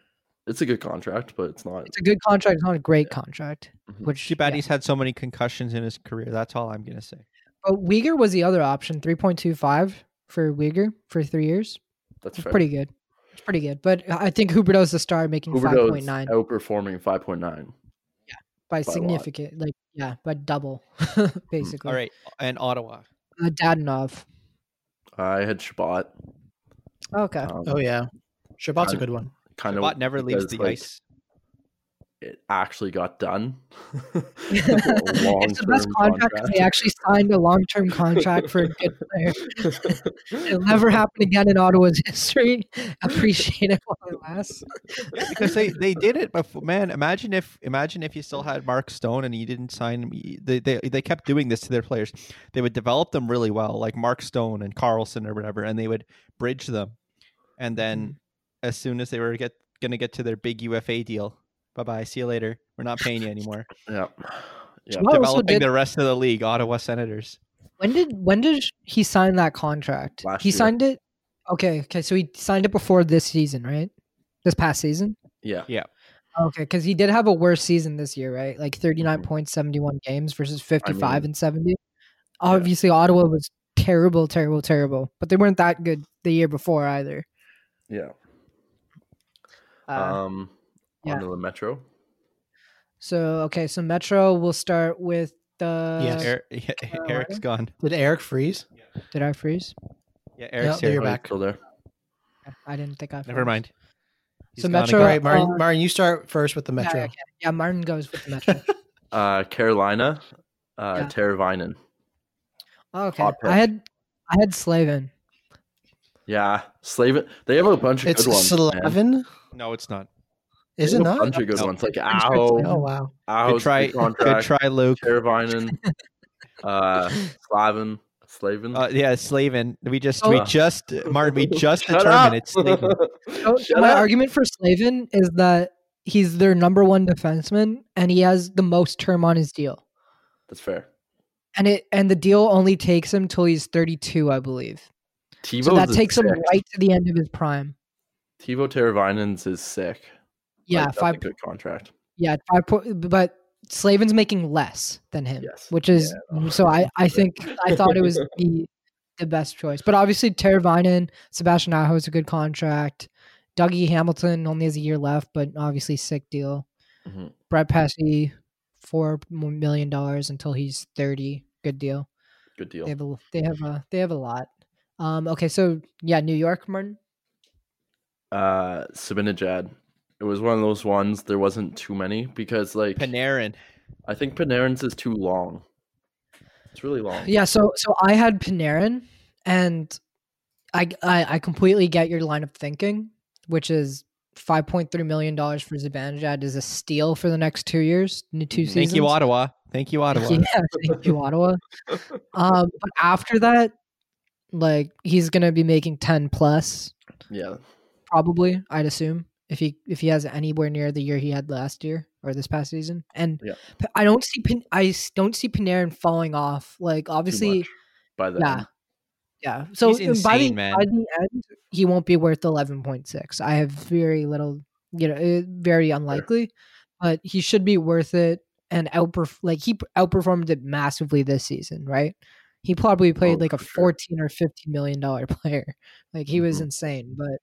It's a good contract, but it's not. It's a good contract. It's not a great contract. Mhm. Which Too bad he's had so many concussions in his career. That's all I'm gonna say. But Uyghur was the other option, three point two five for Uyghur for three years. That's It's fair. pretty good. It's pretty good. But I think Huberto's the star, making five Huberto's point nine outperforming 5.9. by lot. Hmm. significant, like yeah, by double basically. All right, and Ottawa. uh, Dadanov. I had Shabbat. Okay. Um, Oh yeah, Shabbat's a Kinda- good one. Kind Bot of never leaves because, the like, ice. It actually got done. it's the best Long-term contract 'cause they actually signed a long-term contract for a good player. It'll never happen again in Ottawa's history. Appreciate it while it lasts. Yeah, because they, they did it before. Man, imagine if imagine if you still had Mark Stone and you didn't sign. him. Y- They they, they kept doing this to their players. They would develop them really well, like Mark Stone and Carlson or whatever, and they would bridge them. And then as soon as they were get gonna get to their big UFA deal, bye bye, see you later. We're not paying you anymore. Yeah. Yeah. Well, also Developing did- the rest of the league, Ottawa Senators. When did when did he sign that contract? Last he year. signed it. Okay, okay. So he signed it before this season, right? This past season. Yeah. Okay, because he did have a worse season this year, right? Like thirty nine Mhm. point seventy one games versus fifty five mean, and seventy. Obviously, Ottawa was terrible, terrible, terrible. But they weren't that good the year before either. Yeah. Uh, um, yeah. onto the Metro. So okay, so Metro will start with the. Yes. Er- yeah, Carolina? Eric's gone. Did Eric freeze? Did I freeze? Yeah, Eric's Eric's here. here. You're Oh, he's back. Still there. I didn't think I. Never froze. mind. So He's gone Metro- All again. right, Martin. uh, Martin, you start first with the Yeah, Metro. okay. yeah, Martin goes with the Metro. Uh, Carolina, uh, Yeah. Tara Vinen. okay, Hot pick. I had I had Slavin. Yeah. Slavin. They have a bunch of It's good ones. man. Slavin, No, it's not. is it They have A not? bunch of good No. ones. Like Bunch of good Oh Ow. ones. wow. Ow's Good try, big good contract. try, Luke. Tara Vinen. Uh, Slavin. Slavin. Uh, yeah, Slavin. We just Oh. we just Martin. We just Shut determined up! it's Slavin. So Shut my up. argument for Slavin is that he's their number one defenseman, and he has the most term on his deal. That's fair. And it and the deal only takes him till he's thirty two, I believe. Tivo so that takes him right to the end of his prime. Tivo Teravainen's is sick. Yeah, Like, that's five A good contract. Yeah, five point. But Slavin's making less than him, Yes. which is Yeah. so. I I think I thought it was the the best choice. But obviously, Teravainen, Sebastian Aho is a good contract. Dougie Hamilton only has a year left, but obviously sick deal. Mhm. Brett Pesci, four million dollars until he's thirty. Good deal. Good deal. They have a they have a they have a lot. Um. Okay. So yeah, New York, Martin. Uh, Sabinajad. It was one of those ones. There wasn't too many because, like, Panarin. I think Panarin's is too long. It's really long. Yeah, so so I had Panarin, and I I, I completely get your line of thinking, which is five point three million dollars for Zibanejad is a steal for the next two years, n- two seasons. Thank you, Ottawa. Thank you, Ottawa. Yeah, thank you, Ottawa. Um, but after that, like he's gonna be making ten plus Yeah. probably. I'd assume if he if he has anywhere near the year he had last year or this past season, and Yeah. P- I don't see Pan- I s- don't see Panarin falling off. Like obviously. much By the Yeah. Yeah. So He's by, the, insane, man. by the end, he won't be worth 11.6. I have very little, you know, eh, very unlikely, but he should be worth it and outperf- like he p- outperformed it massively this season, right? He probably played Oh, like a for sure. 14 or 15 million dollar player. Like he was Mhm. insane, but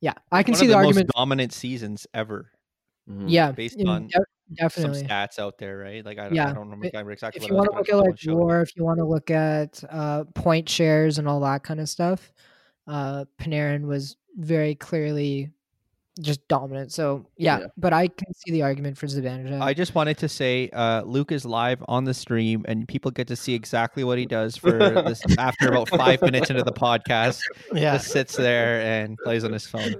yeah, I can Mm-hmm. One see of the, the argument. most dominant seasons ever. Mhm. Yeah. based in- on de- definitely. Some stats out there, right? Like I don't, Yeah. I don't remember exactly. what if you it was, want to but look at someone like showed it. war, if you want to look at uh, point shares and all that kind of stuff, uh, Panarin was very clearly just dominant. So yeah, Yeah. but I can see the argument for Zibanejad. I just wanted to say, uh, Luke is live on the stream, and people get to see exactly what he does for this after about five minutes into the podcast. Yeah, Just sits there and plays on his phone.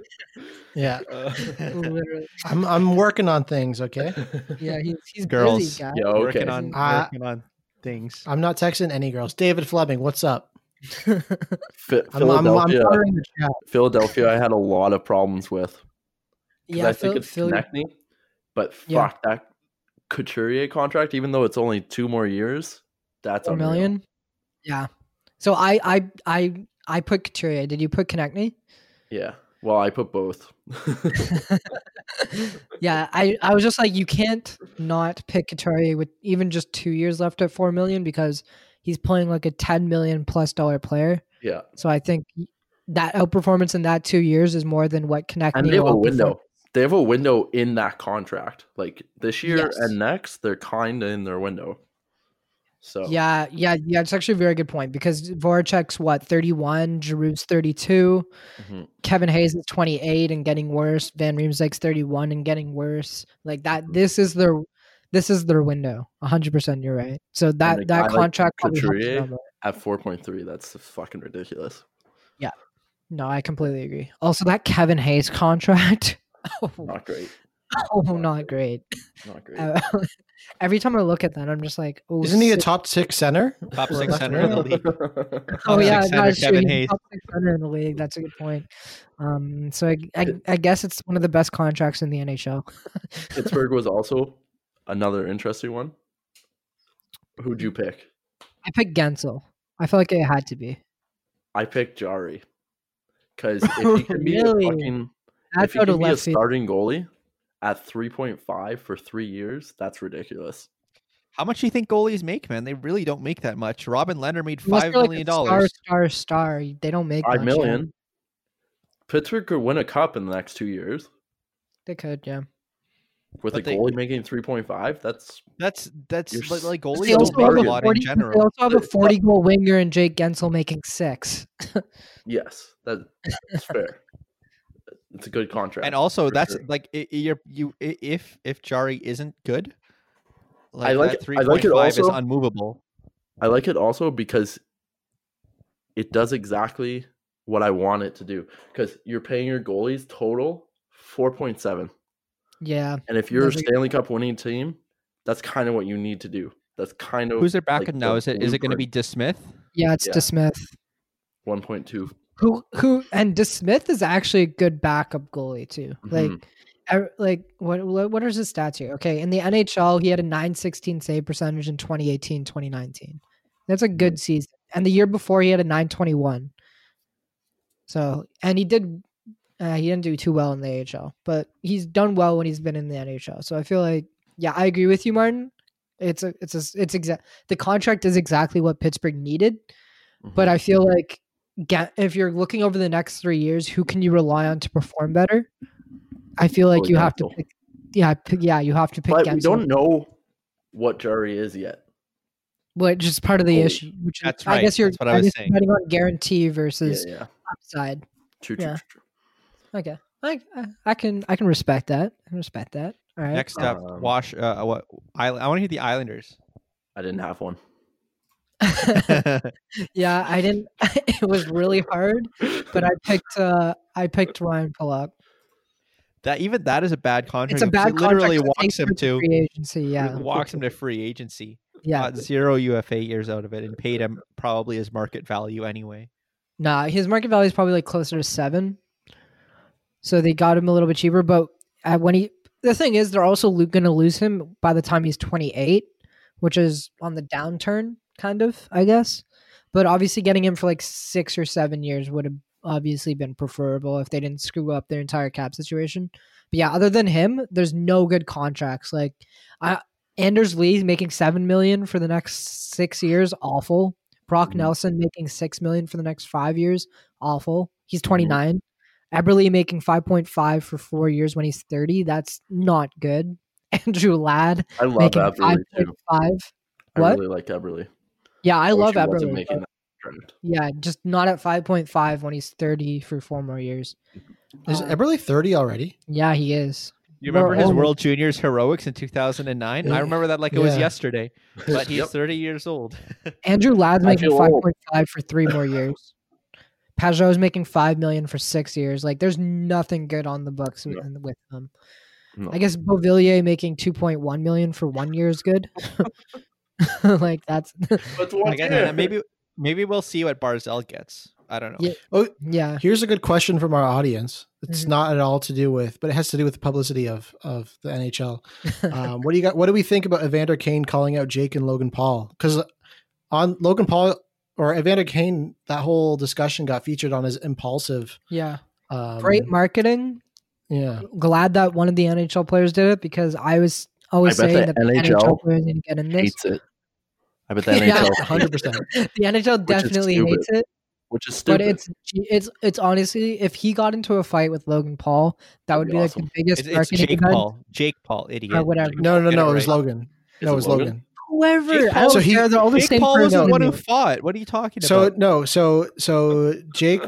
yeah. Literally. I'm I'm working on things. Okay. yeah, he's he's Girls. busy, guy. Yeah, okay. Working on Uh, working on things. uh, I'm not texting any girls. David Fleming, what's up? Phi- I'm I'm, I'm Philadelphia. monitoring the chat. Philadelphia, I had a lot of problems with. 'cause yeah, I think Phil, it's Phil, connecting, but Yeah. fuck that Couturier contract, even though it's only two more years, that's four unreal. million. Yeah. So I I I I put Couturier. Did you put Konechny? Yeah. Well, I put both. yeah, I, I was just like, you can't not pick Couturier with even just two years left at four million because he's playing like a ten million plus dollar player. yeah. So I think that outperformance in that two years is more than what connecting. And they have a window. They have a window in that contract. Like this year Yes. and next, they're kind of in their window. So Yeah, yeah, yeah. It's actually a very good point because Voracek's what thirty one, Giroud's thirty two, Mhm. Kevin Hayes is twenty eight and getting worse. Van Riemsdyk's thirty one and getting worse. Like that. This is their this is their window. hundred percent. You're right. So a that guy that like contract. probably helps Couturier? them out. at 4.3, that's fucking ridiculous. No, I completely agree. Also, that Kevin Hayes contract. Oh, Not great. oh, not great. Not great. Uh, every time I look at that, I'm just like, oh, Isn't he a sick. top six center? Top Or six left center in the winger? league. Oh Top yeah, six no, center, it's true. Kevin He's Hayes. top six center in the league. That's a good point. Um, so I, I, I guess it's one of the best contracts in the NHL. Pittsburgh was also another interesting one. Who'd you pick? I picked Gensel. I felt like it had to be. I picked Jari. Because if he can be Really? a fucking if That's he out of can be a left field. starting goalie at 3.5 for three years, that's ridiculous. How much do you think goalies make, man? They really don't make that much. Robin Leonard made Unless five they're, like, million a dollars. Star, star, star. They don't make Five much, million. Yeah. Pittsburgh could win a cup in the next two years They could, yeah. with But a they- goaling making 3.5. That's That's that's You're like, s- like But goalies They don't also, don't have make a a lot bargain. 40 in but they general. also have a forty-goal winger and Jake Gensel making six. yes, that- that's fair. It's a good contract. And also, for that's sure. like i- i- you're, you i- if if Jari isn't good, like, like that it- I like it 3.5 is also- unmovable. I like it also because it does exactly what I want it to do. Because you're paying your goalies total 4.7. Yeah, And if you're a That's a good Stanley Cup winning team, that's kind of what you need to do. That's kind of Who's their like, backup now? the Is it is it going to be DeSmith? yeah. It's Yeah. DeSmith. blueprint. 1.2? Who who and DeSmith is actually a good backup goalie too. Like Mhm. ev- like what what what are his stats here? Okay, in the NHL he had a 916 save percentage in 2018 2019. That's a good season. And the year before he had a 921. So, and he did uh, he didn't do too well in the AHL, but he's done well when he's been in the NHL. So I feel like yeah, I agree with you Martin. It's a, it's a, it's exact the contract is exactly what Pittsburgh needed but Mhm. I feel like ga- if you're looking over the next three years, who can you rely on to perform better? I feel like Probably you have to Gensel. pick. Yeah, p- yeah, you have to pick. but Gensel, we don't know what Jari is yet. which is part of the Oh, issue. Which is- that's I right, guess you're. that's what I was guess saying. you're betting on guarantee Yeah, versus yeah. upside. True, true, Yeah. true, true. Okay, I, I- I can I can respect that. I respect that. All right. Next up, Um, Wash. Uh, what island? I want to hear the Islanders. I didn't have one. yeah, I didn't. it was really hard, but I picked. uh I picked Ryan Pollock. that even that is a bad contract. It's a bad It literally contract, I think, walks him for to free agency. Yeah, walks him to free agency. yeah. Got zero UFA years out of it, and paid him probably his market value anyway. Nah, his market value is probably like closer to seven. So they got him a little bit cheaper, but uh when he the thing is, they're also going to lose him by the time he's twenty eight, which is on the downturn, kind of, I guess. But obviously, getting him for like six or seven years would have obviously been preferable if they didn't screw up their entire cap situation. But yeah, other than him, there's no good contracts. Like I, Anders Lee making seven million for the next six years, awful. Brock Mhm. Nelson making six million for the next five years, awful. He's 29. Eberle making 5.5 for four years when he's 30. That's not good. Andrew Ladd I love making Eberle too. 5.5. I What? really like Eberle. Yeah, I wish love he wasn't Eberle. making but- that contract. Yeah, just not at 5.5 when he's 30 for four more years. Is Uh, Eberle 30 already? Yeah, he is. You Well, remember his oh. World Juniors heroics in 2009? I Eh, Yeah. remember that like it was Yeah. yesterday. But he's Yep. 30 years old. Andrew Ladd's I making feel five old. point five for three more years. Pajot's making five million for six years. Like, there's nothing good on the books No. with, with them. No. I guess Beauvillier making two point one million for one year is good. like that's But one I guess, year. and maybe maybe we'll see what Barzell gets. I don't know. Yeah. Oh, yeah. here's a good question from our audience. It's Mhm. not at all to do with, but it has to do with the publicity of of the NHL. Um, what do you got? What do we think about Evander Kane calling out Jake and Logan Paul? Because on Logan Paul or Evander Kane, that whole discussion got featured on his impulsive yeah. Um, Great marketing. Yeah. Glad that one of the NHL players did it because I was always I bet saying the that the NHL, NHL players didn't get in this. hates it. I bet the Yeah. NHL, hundred percent. The NHL Which is definitely stupid. hates it, which is but stupid. it's it's it's honestly, if he got into a fight with Logan Paul, that would That'd be, be like awesome. the biggest It's, it's marketing Jake event. Paul. Jake Paul, idiot. Uh, whatever. No, no, Get no. it It was right. Logan. Is No, it it was Logan? Logan. Whoever. Jake Paul- oh, so he- they're all the Jake same Paul was the person. one who fought. What are you talking So about? no, so so Jake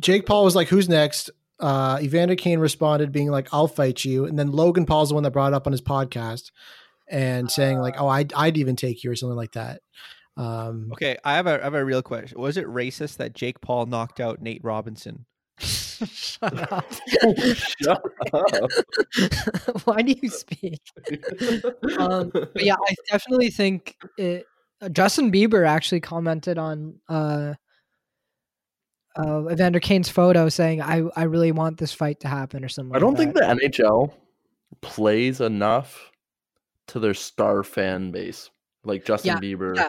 Jake Paul was like, "Who's next?" Uh, Evander Kane responded, being like, "I'll fight you." And then Logan Paul's the one that brought it up on his podcast and saying like, "Oh, I'd, I'd even take you" or something like that. Um, Okay, I have a I have a real question. Was it racist that Jake Paul knocked out Nate Robinson? Shut up. Shut up. Why do you speak? Um, but yeah, I definitely think it, uh, Justin Bieber actually commented on uh, uh, Evander Kane's photo saying, I, I really want this fight to happen or something. I don't think that. the NHL plays enough to their star fan base, like Justin Bieber. yeah.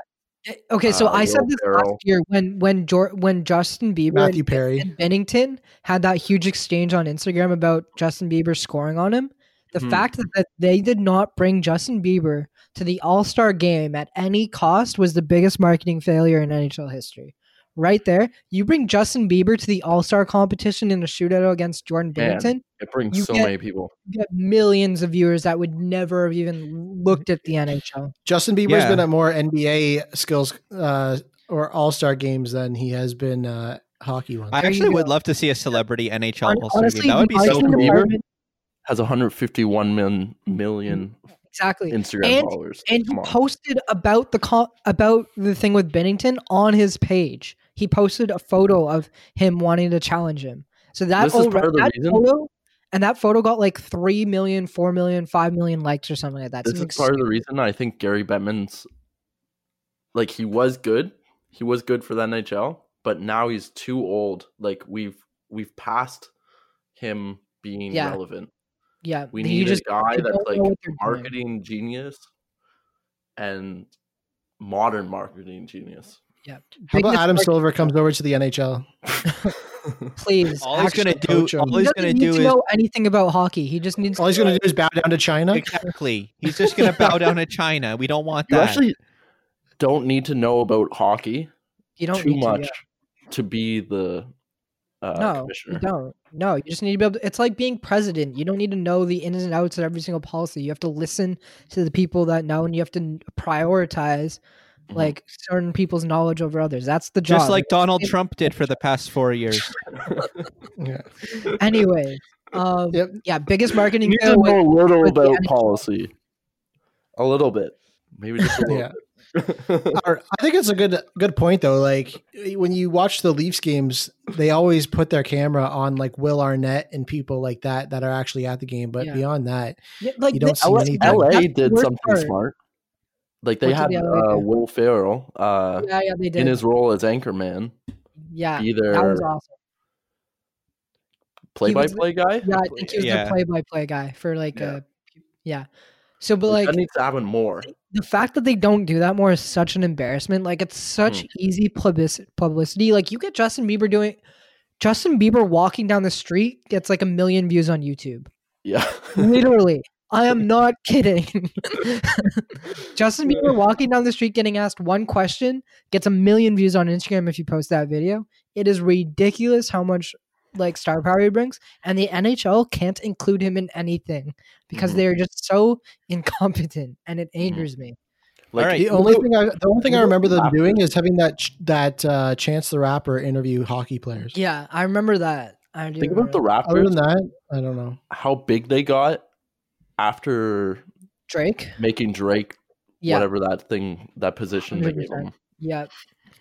Eh, Okay, so uh, I said Will this Ferrell. last year when when Jor- when Justin Bieber Matthew and- Perry. and Bennington had that huge exchange on Instagram about Justin Bieber scoring on him. The Mhm. fact that they did not bring Justin Bieber to the All Star game at any cost was the biggest marketing failure in NHL history. Right there, you bring Justin Bieber to the All Star competition in a shootout against Jordan Man. Bennington, It brings You so get- many people. you get millions of viewers that would never have even looked at the NHL. Justin Bieber's Yeah. been at more NBA skills uh, or All Star games than he has been uh, hockey ones. I There you actually would go. love to see a celebrity NHL Hon- All-Star game. That would be the so marketing cool. cool. department- Has 151 million, million Exactly. Instagram And- followers. and he Come on. posted about the co- about the thing with Bennington on his page. He posted a photo of him wanting to challenge him. So that, This is alre- part of the that reason- photo and that photo got like 3 million, 4 million, 5 million likes or something like that. this is Something part of the reason I think Gary Bettman's like he was good. He was good for the NHL, but now he's too old. Like we've we've passed him being Yeah. relevant. stu- yeah, We he need just a guy they that's don't like know what they're doing. marketing genius and modern marketing genius. yeah. How Bring about this Adam market- Silver comes over to the NHL? please? All he's gonna actually. do, coach him. all He he's doesn't gonna need do to is know anything about hockey. He just needs All he's to going to do is bow down to China. exactly. He's just gonna bow down to China. We don't want You that. actually don't need to know about hockey you don't too need much to, to, be the uh, no, commissioner. you don't. No, you just need to be able to. It's like being president. You don't need to know the ins and outs of every single policy. You have to listen to the people that know, and you have to n- prioritize Mhm. like certain people's knowledge over others. That's the job. Just like Donald It- Trump did for the past four years. Yeah. anyway. Um, Yep. Yeah, biggest marketing. You need to fail was- know a little with the about energy. policy. A little bit. Maybe just a little Yeah. bit. Or- I think it's a good good point though. Like when you watch the Leafs games, they always put their camera on like Will Arnett and people like that that are actually at the game. But Yeah. beyond that, Yeah, like You don't this- see LA, anything. That's LA the did worst something part. smart. Like they What had did LA uh, do? Will Ferrell uh, Yeah, yeah, they did. in his role as anchorman yeah, be that their was awesome. play-by-play guy. Yeah, I think he was Yeah. the play-by-play guy for like Yeah. a. Yeah. So, but Like, like that needs to happen more. the fact that they don't do that more is such an embarrassment. Like it's such easy publis- publicity. Like you get Justin Bieber doing Justin Bieber walking down the street gets like a million views on YouTube. Yeah. Literally. I am not kidding. Justin Bieber walking down the street getting asked one question gets a million views on Instagram if you post that video. It is ridiculous how much like star power he brings and the NHL can't include him in anything because Mhm. they're just so incompetent and it angers me. like, right. the Hey, only thing I the only thing I Lou remember them Lapid. doing is having that ch- that uh, Chance the Rapper interview hockey players. Yeah, I remember that. I do Think about the remember Other than Raptors, that, I don't know. how big they got after Drake. making Drake Yeah, whatever that thing, that position they gave 100%. him. yeah.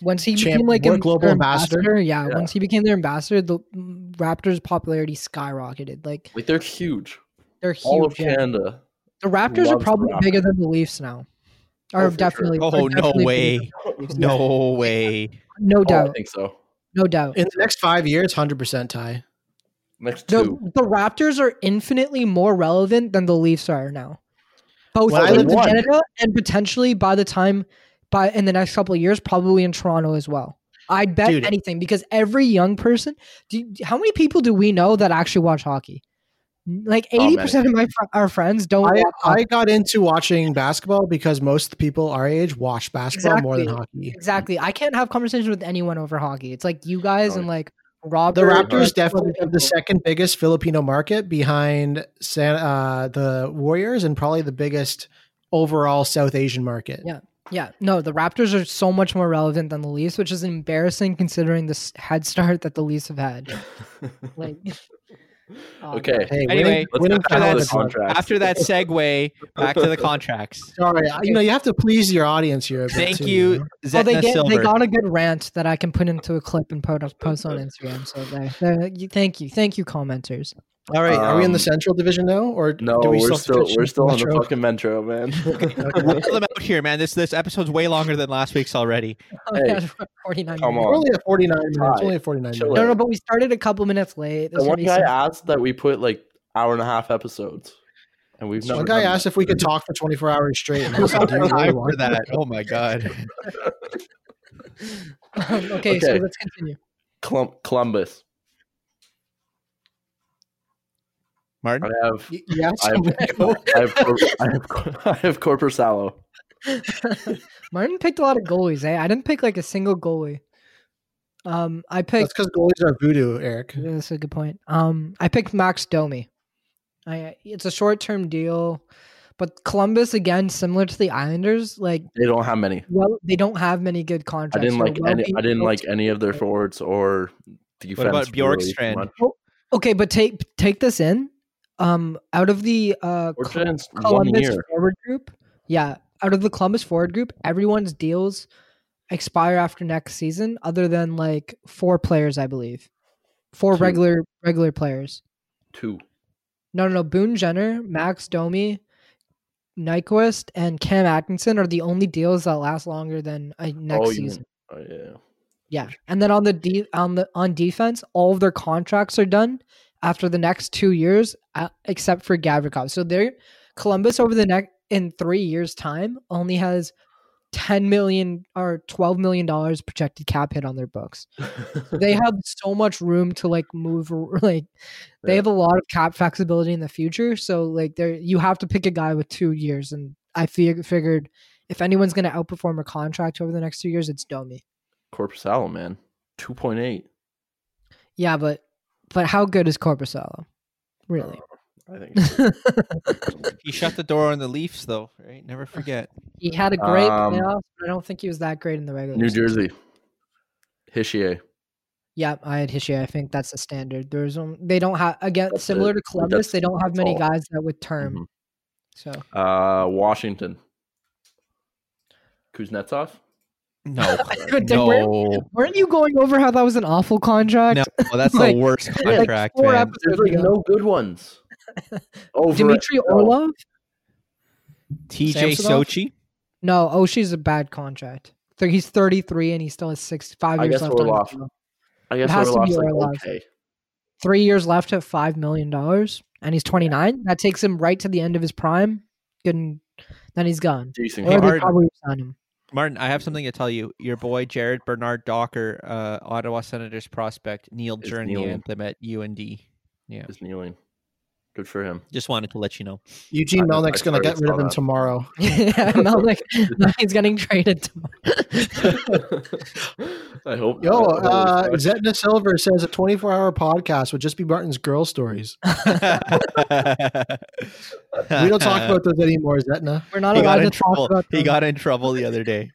Once he Champ- became like what a global ambassador? yeah, Yeah. Once he became their ambassador, the mm, Raptors' popularity skyrocketed. Like Like they're huge. they're huge. All of yeah. Canada. The Raptors loves are the probably Raptors. bigger than the Leafs now. Oh, Or for sure. definitely. Oh, are no definitely bigger way. than the Leafs. No way. no Oh, I doubt, think so. no doubt. In the next five years, hundred percent tie. Next The, two. the Raptors are infinitely more relevant than the Leafs are now. Both Well, I in lived in- Canada and potentially by the time by in the next couple of years, probably in Toronto as well. I'd bet Dude. anything because every young person. Do you- how many people do we know that actually watch hockey? Like many. Oh, eighty percent of my fr- our friends don't. I, watch hockey. I got into watching basketball because most people our age watch basketball more than hockey. exactly. I can't have conversations with anyone over hockey. It's like you guys No. and like Robert. The Raptors like, definitely other have the people. second biggest Filipino market behind San, uh, the Warriors and probably the biggest overall South Asian market. Yeah. Yeah, no, the Raptors are so much more relevant than the Leafs, which is embarrassing considering the s- head start that the Leafs have had. Like, Oh, okay. Hey, Anyway, let's winning after after that, that talent is- this contract. after that segue, back to the contracts. sorry, I- you know you have to please your audience here. a bit Thank too, you, oh, they Zetna get, Silver. they got a good rant that I can put into a clip and put up- post on Instagram. So there, there you, thank you, thank you, commenters. All right, are we in the Um, Central Division now, or No, do we we're still switch we're to still on the Metro? fucking metro, man. Roll them out here, man. This this episode's way longer than last week's already. Oh, Hey, God, we're at 49 come minutes. We're only at forty nine minutes. Hi. Only at forty nine Chill minutes. No, no, but we started a couple minutes late. The There's gonna one be guy some- asked that we put like hour and a half episodes, and we've never One guy done asked if we could talk for twenty four hours straight. and I said, "Do you really Time want for that. Oh my god. Um, okay, so Okay. let's continue. Colum- Columbus. I Martin, have You- you have I some- have I have, Cor- I have, Cor- I have Corpor Sallow. Martin picked a lot of goalies. Eh? I didn't pick like a single goalie. Um, I That's picked. because goalies are voodoo, Eric. Yeah, that's a good point. Um, I picked Max Domi. I it's a short term deal, but Columbus again, similar to the Islanders, like They don't have many. well, they don't have many good I contracts. didn't so like well any. being I didn't able like to- any of their forwards or defense. about really Bjorkstrand? much. Okay, but take take this in. Um, out of the uh Or Col- Trent's one Columbus year. forward group, yeah, out of the Columbus forward group, everyone's deals expire after next season, other than like four players, I believe, four Two. regular regular players. Two. No, no, no. Boone Jenner, Max Domi, Nyquist, and Cam Atkinson are the only deals that last longer than a next oh, you mean- season. oh, yeah. Yeah, and then on the de- on the on defense, all of their contracts are done after the next two years, uh, except for Gavrikov. So they're Columbus over the next in three years' time only has ten million or twelve million dollars projected cap hit on their books. they have so much room to like move ar- like they Yeah. have a lot of cap flexibility in the future so like there you have to pick a guy with two years and i fig- figured if anyone's going to outperform a contract over the next two years it's domi Corpor Sallow, man. Two point eight. yeah but but how good is corpusalo really I think. he shut the door on the Leafs though, right? Never forget. he had a great Um, playoff but i don't think he was that great in the regular New season. Jersey. Hishier. yeah i had Hishier. i think that's the standard there's um, they don't have again That's similar it. to Like, columbus they that's- don't have that's many all. guys that would term Mhm. so Uh, Washington. Kuznetsov. No. Dude, where- no. weren't you going over how that was an awful contract No, that's Like, the worst like contract, four man. episodes There's like ago. no good ones. Over Dimitri Orlov? TJ Samsonov? Sochi. No, Oshie's a bad contract. Th- He's 33 and he still has six, five I years guess left. on his Orlov. deal. I guess It has to Orlov's be like Orlov. okay. Three years left at $5 million and he's 29. That takes him right to the end of his prime. Good. And then he's gone. Decent. Or they Harden. probably sign him. Martin, I have something to tell you. Your boy Jared Bernard Docker, uh, Ottawa Senators prospect, kneeled Is during kneeling. the anthem at UND. Yeah, Is kneeling. Good for him. just wanted to let you know. Eugene I- I Melnick's going to sorry, get rid saw of him that. tomorrow. yeah, I'm not like, no, he's getting traded tomorrow. I hope. Yo, I hope uh, it's Zetna Silver says a 24 hour podcast would just be Martin's girl stories. We we don't talk about those anymore, Zetna. We're not He allowed got in to talk trouble. about He them. got in trouble the other day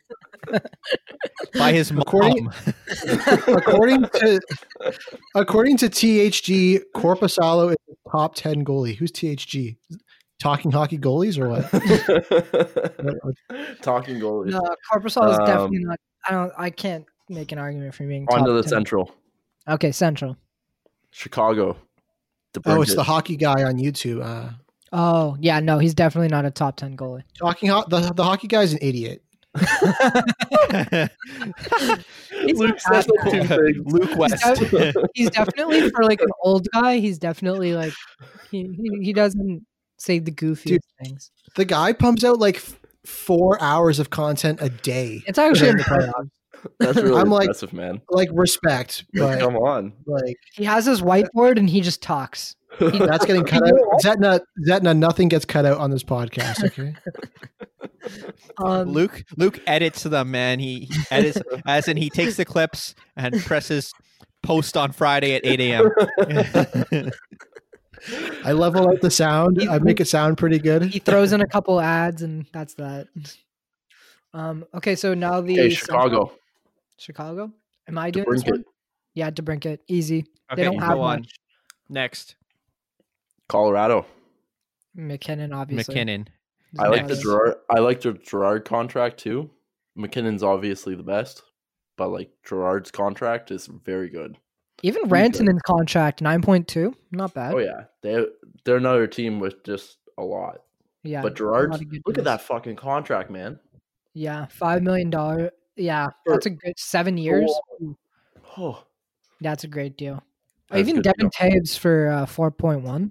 by his mom. According- According to according to THG, Corpusalo is the top 10 goalie. Who's THG? Talking hockey goalies or what? fine. What- what- Talking goalies. No, Corpusal is definitely Um, not. I don't. I can't make an argument for him being On top to the 10. Central. Okay, Central. Chicago. Oh, it's the Bridget. hockey guy on YouTube. Uh, Oh yeah, no, he's definitely not a top ten goalie. talking ho- the, the hockey guy's an idiot. He's Luke not says that bad. the two things. Luke West. def- he's definitely for like an old guy. He's definitely like he he, he doesn't say the goofiest Dude. things. The guy pumps out like f- four hours of content a day. It's actually during the playoffs. That's really I'm like- impressive, man. like respect, Like, but come on. like He has his whiteboard and he just talks. that's getting cut out. Zetna, Zetna, nothing gets cut out on this podcast. Okay, Um, Luke Luke edits them, man. He, he edits as in he takes the clips and presses post on Friday at 8 a.m. I level out the sound. I make it sound pretty good. he throws in a couple ads and that's that. Um, okay, so now the Hey, Chicago. Chicago. Am I doing this Brink one? it. Yeah, DeBrinket. Easy. okay, don't go have on. one. Next, Colorado. McKinnon, obviously. McKinnon. He's I like the obvious. Gerard. I like the Gerard contract too. McKinnon's obviously the best, but like Gerard's contract is very good. Even Rantanen's contract, 9.2. Not bad. Oh yeah, they they're another team with just a lot. Yeah. but a lot Gerard, of good look at deals. that fucking contract, man. Yeah. $5 million. Yeah. For- That's a good seven years. Ooh, Oh, That's a great deal. that's Even good Devin to Taves for uh, 4.1. know.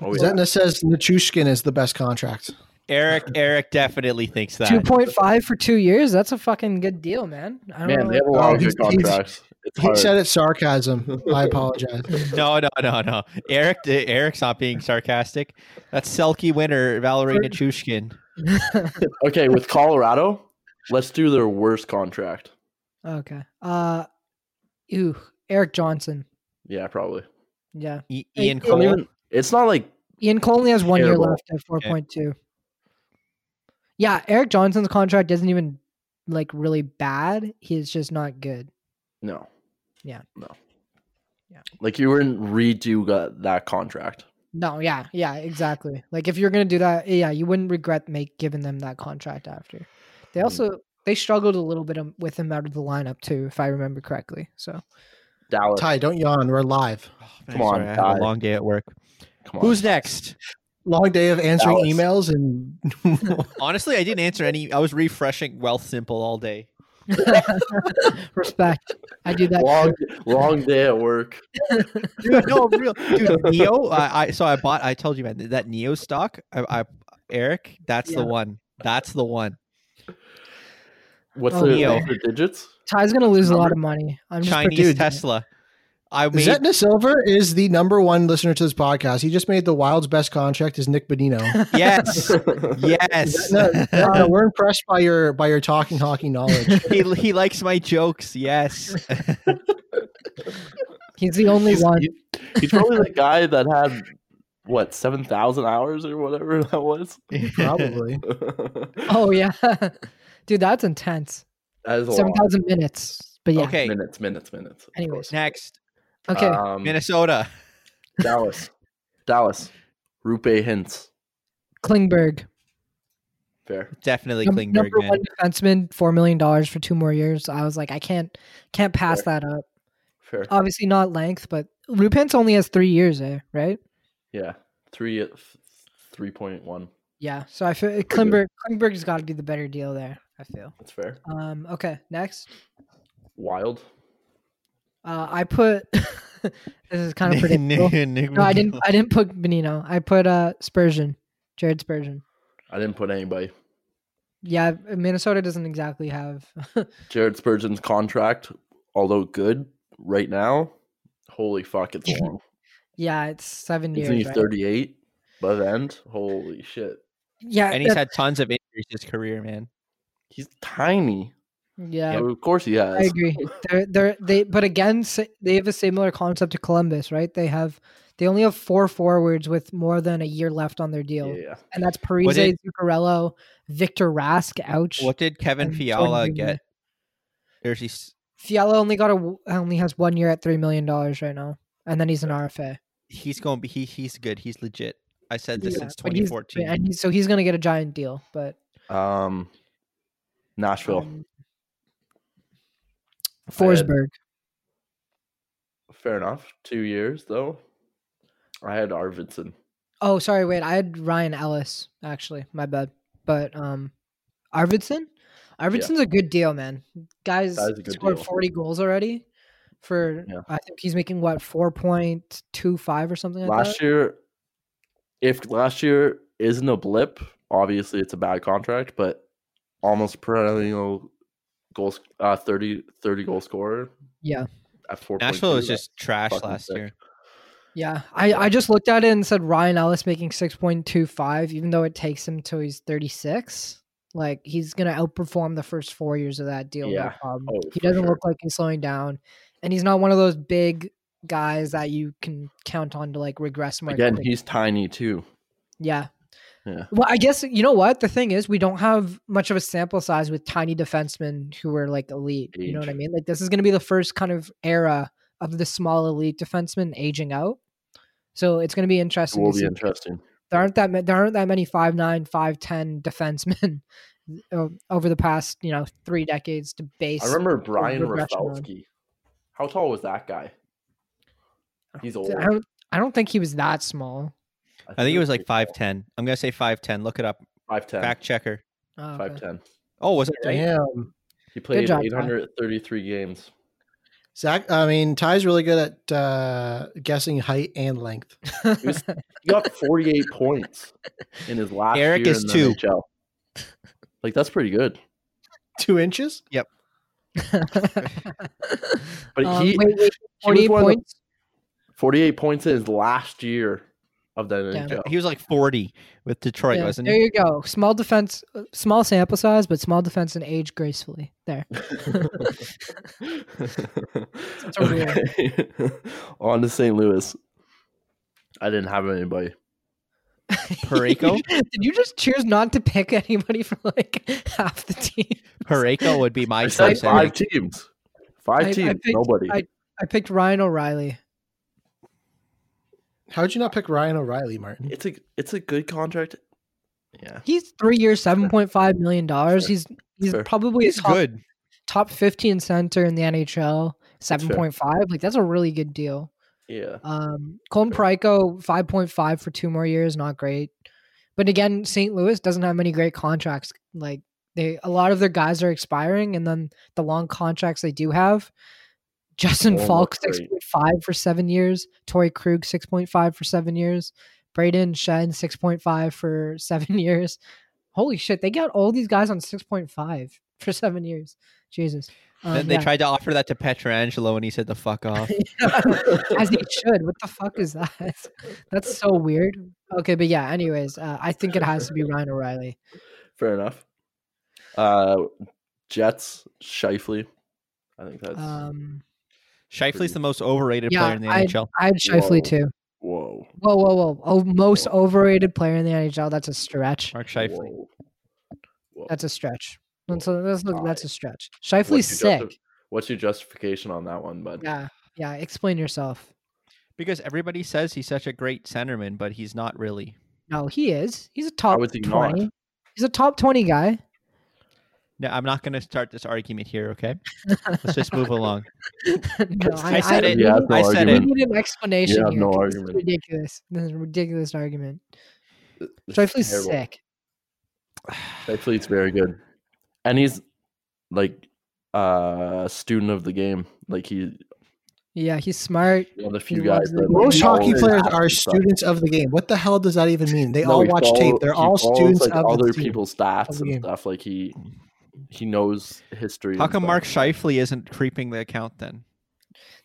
Oh, yeah. Zetna says Nachushkin is the best contract. Eric Eric definitely thinks that. 2.5 for two years. That's a fucking good deal, man. I don't Man, know. they have a lot Oh, of he's- good he's- contracts. It's He hard. said it sarcasm. I apologize. No, no, no, no. Eric Eric's not being sarcastic. That's Selkie winner Valerie Nichushkin. okay, with Colorado, let's do their worst contract. Okay. Uh, ew, Eric Johnson. Yeah, probably. Yeah, I- Hey, Ian Ian. Don't Cole. even- It's not like Ian Cole only has one year Terrible. left at four point two. Yeah, Eric Johnson's contract isn't even like really bad. He's just not good. no. Yeah. No. Yeah. Like you wouldn't redo that, that contract. No, yeah, yeah, exactly. Like if you're gonna do that, eh, yeah, you wouldn't regret make giving them that contract after. They Mm. also they struggled a little bit um, with him out of the lineup too, if I remember correctly. So Dallas. Ty, don't yawn. We're live. Oh, man, Come on, sorry, I had guys. a long day at work. Come on. Who's next? Long day of answering emails Dallas. and Honestly, I didn't answer any. I was refreshing Wealth Simple all day. respect. I do that. long long day at work. Dude, no, real dude. Neo. I, I so I bought. I told you, man, that Neo stock. I, I Eric, that's Yeah. the one. That's the one. What's Oh, their, Neo. what's their digits? Ty's gonna lose a lot of money. I'm just Chinese predicting it. Tesla. I made. Zetna Silver is the number one listener to this podcast. He just made the Wild's best contract is Nick Bonino. yes. Yes. Zetna, Zetna, we're impressed by your by your talking hockey knowledge. he, he likes my jokes. Yes. He's the only He's- one. he- He's probably the guy that had what seven thousand hours or whatever that was. Probably. that Oh yeah, dude, that's intense. is a Seven lot. thousand minutes, but yeah. Okay. Minutes, minutes, minutes. of Anyways. course. Next, Okay, Um, Minnesota. Dallas, Dallas, Rupe Hints. Klingberg, Fair. Definitely num- Klingberg, number man. one defenseman, four million dollars for two more years. I was like, I can't, can't pass that up. Fair. Obviously not length, but Rupin's only has three years there, right? yeah. Three three point one. Yeah. So I feel good. Klingberg, Klingberg's got to be the better deal there. I feel. That's fair. Um. Okay. Next, Wild. uh, I put. this is kind of predictable. no, no, I didn't. I didn't put Benino. I put uh Spurgeon, Jared Spurgeon. I didn't put anybody. Yeah, Minnesota doesn't exactly have. Jared Spurgeon's contract, although good right now, holy fuck, it's long. yeah, it's seven Isn't he years. right? 38 by the end? Holy shit. Yeah, And he's that- had tons of injuries his career, man. He's tiny. yeah. Of course he has. I agree. They're they're they, but again, si- they have a similar concept to Columbus, right? They have they only have four forwards with more than a year left on their deal, Yeah. and that's Parise, did- Zuccarello, Victor Rask. Ouch. What did Kevin And Jordan Fiala Greenway. get? There's he's Fiala only got a w- only has one year at three million dollars right now, and then he's an RFA. he's going to be he he's good. He's legit. I said this Yeah, since but he's- 2014. and he's, so he's going to get a giant deal. But Um, Nashville. um, Forsberg, Fair enough. Two years, though. I had Arvidsson. Oh, sorry. Wait, I had Ryan Ellis actually. My bad. But um, Arvidsson, Arvidsson's a good deal, man. Guys That is a good scored deal. forty goals already. For Yeah. I think he's making what four point two five or something like Last that. year, if last year isn't a blip, obviously it's a bad contract, but almost perennial goals, uh, 30, 30 goal scorer Yeah. at four. Nashville was just trash fucking last sick. year. Yeah. I, I just looked at it and said Ryan Ellis making 6.25, even though it takes him till he's 36. Like, he's going to outperform the first four years of that deal. no Yeah. problem. Oh, he for doesn't sure. look like he's slowing down. And he's not one of those big guys that you can count on to like regress more again. quickly. He's tiny too. Yeah. Yeah. Well, I guess you know what the thing is. We don't have much of a sample size with tiny defensemen who are like elite. You know what I Age. mean? Like this is going to be the first kind of era of the small elite defensemen aging out. So it's going to be It interesting. will to be see. interesting. There aren't that ma- there aren't that many five nine, five ten defensemen o- over the past you know three decades to base. I remember Brian regression on. Rafalski. How tall was that guy? He's old. Oh, I don't, I don't think he was that small. I think it was like five five ten. I'm gonna say five ten. Look it up. Oh, Five ten. Fact checker. Oh, Five okay. ten. Oh, was it right? Damn. He played job, Ty. 833 games. Zach, I mean, Ty's really good at uh, guessing height and length. was- He got 48 points in his last Eric year is in two. the NHL. Like that's pretty good. Two inches? But Um, he wait, wait, he was 48 one of the- points. 48 points in his last year of the Yeah. NHL. Uh, He was like forty with Detroit, Yeah, wasn't there he? you go. Small defense, uh, small sample size, but small defense and age gracefully. There. a rule. okay. On to St. Louis. I didn't have anybody. Pareko? Did you just choose not to pick anybody for like half the team? Pareko would be my I said choice. I five think. teams. Five I- I teams. picked- Nobody. I picked Ryan O'Reilly. How'd you not pick Ryan O'Reilly, Martin? it's a it's a good contract. Yeah. He's three years, seven point five million dollars. He's he's Fair. probably He's top, good. top fifteen center in the NHL. Seven point five, like that's a really good deal. Yeah. Um, Colin Pareko, five point five for two more years, not great. But again, St. Louis doesn't have many great contracts. Like they, a lot of their guys are expiring, and then the long contracts they do have. Justin Won't Falk, look six great. point five for seven years. Tori Krug, six point five for seven years. Braden Shen, six point five for seven years. Holy shit, they got all these guys on six point five for seven years. Jesus. Then Um, they yeah. tried to offer that to Petrangelo, and he said the fuck off. as he should. What the fuck is that? That's so weird. Okay, but yeah. Anyways, uh, I think it has to be Ryan O'Reilly. Fair enough. Uh Jets, Shifley. I think that's Um, Shifley's the most overrated Yeah, player in the I- NHL. I had Shifley Whoa. too. whoa. Whoa, whoa, whoa! Oh, most overrated player in the NHL. That's a stretch. Mark Shifley. Whoa. Whoa. That's a stretch. That's a, that's a, that's a stretch. What's Shifley's your sick. justi- what's your justification on that one, bud? Yeah, yeah. Explain yourself. Because everybody says he's such a great centerman, but he's not really. No, he is. He's a top is he not? twenty. He's a top twenty guy. No, I'm not going to start this argument here. Okay, let's just move along. no, I, I said I, it. we Yeah, need- no I said We argument. it. need an explanation Yeah, here. no 'cause This is argument. ridiculous. This is a ridiculous argument. It's Shifley's terrible. sick. Shifley's very good. And he's like uh, a student of the game. Like he Yeah, he's smart. one of the few He guys loves that the like, Most No, hockey follows players after are and stuff. students of the game. What the hell does that even mean? They No, all he watch tape. follow- They're he all follows, students like, of other the team. people's stats the and game. stuff. Like he he knows history. How and come stuff. Mark Shifley isn't creeping the account then?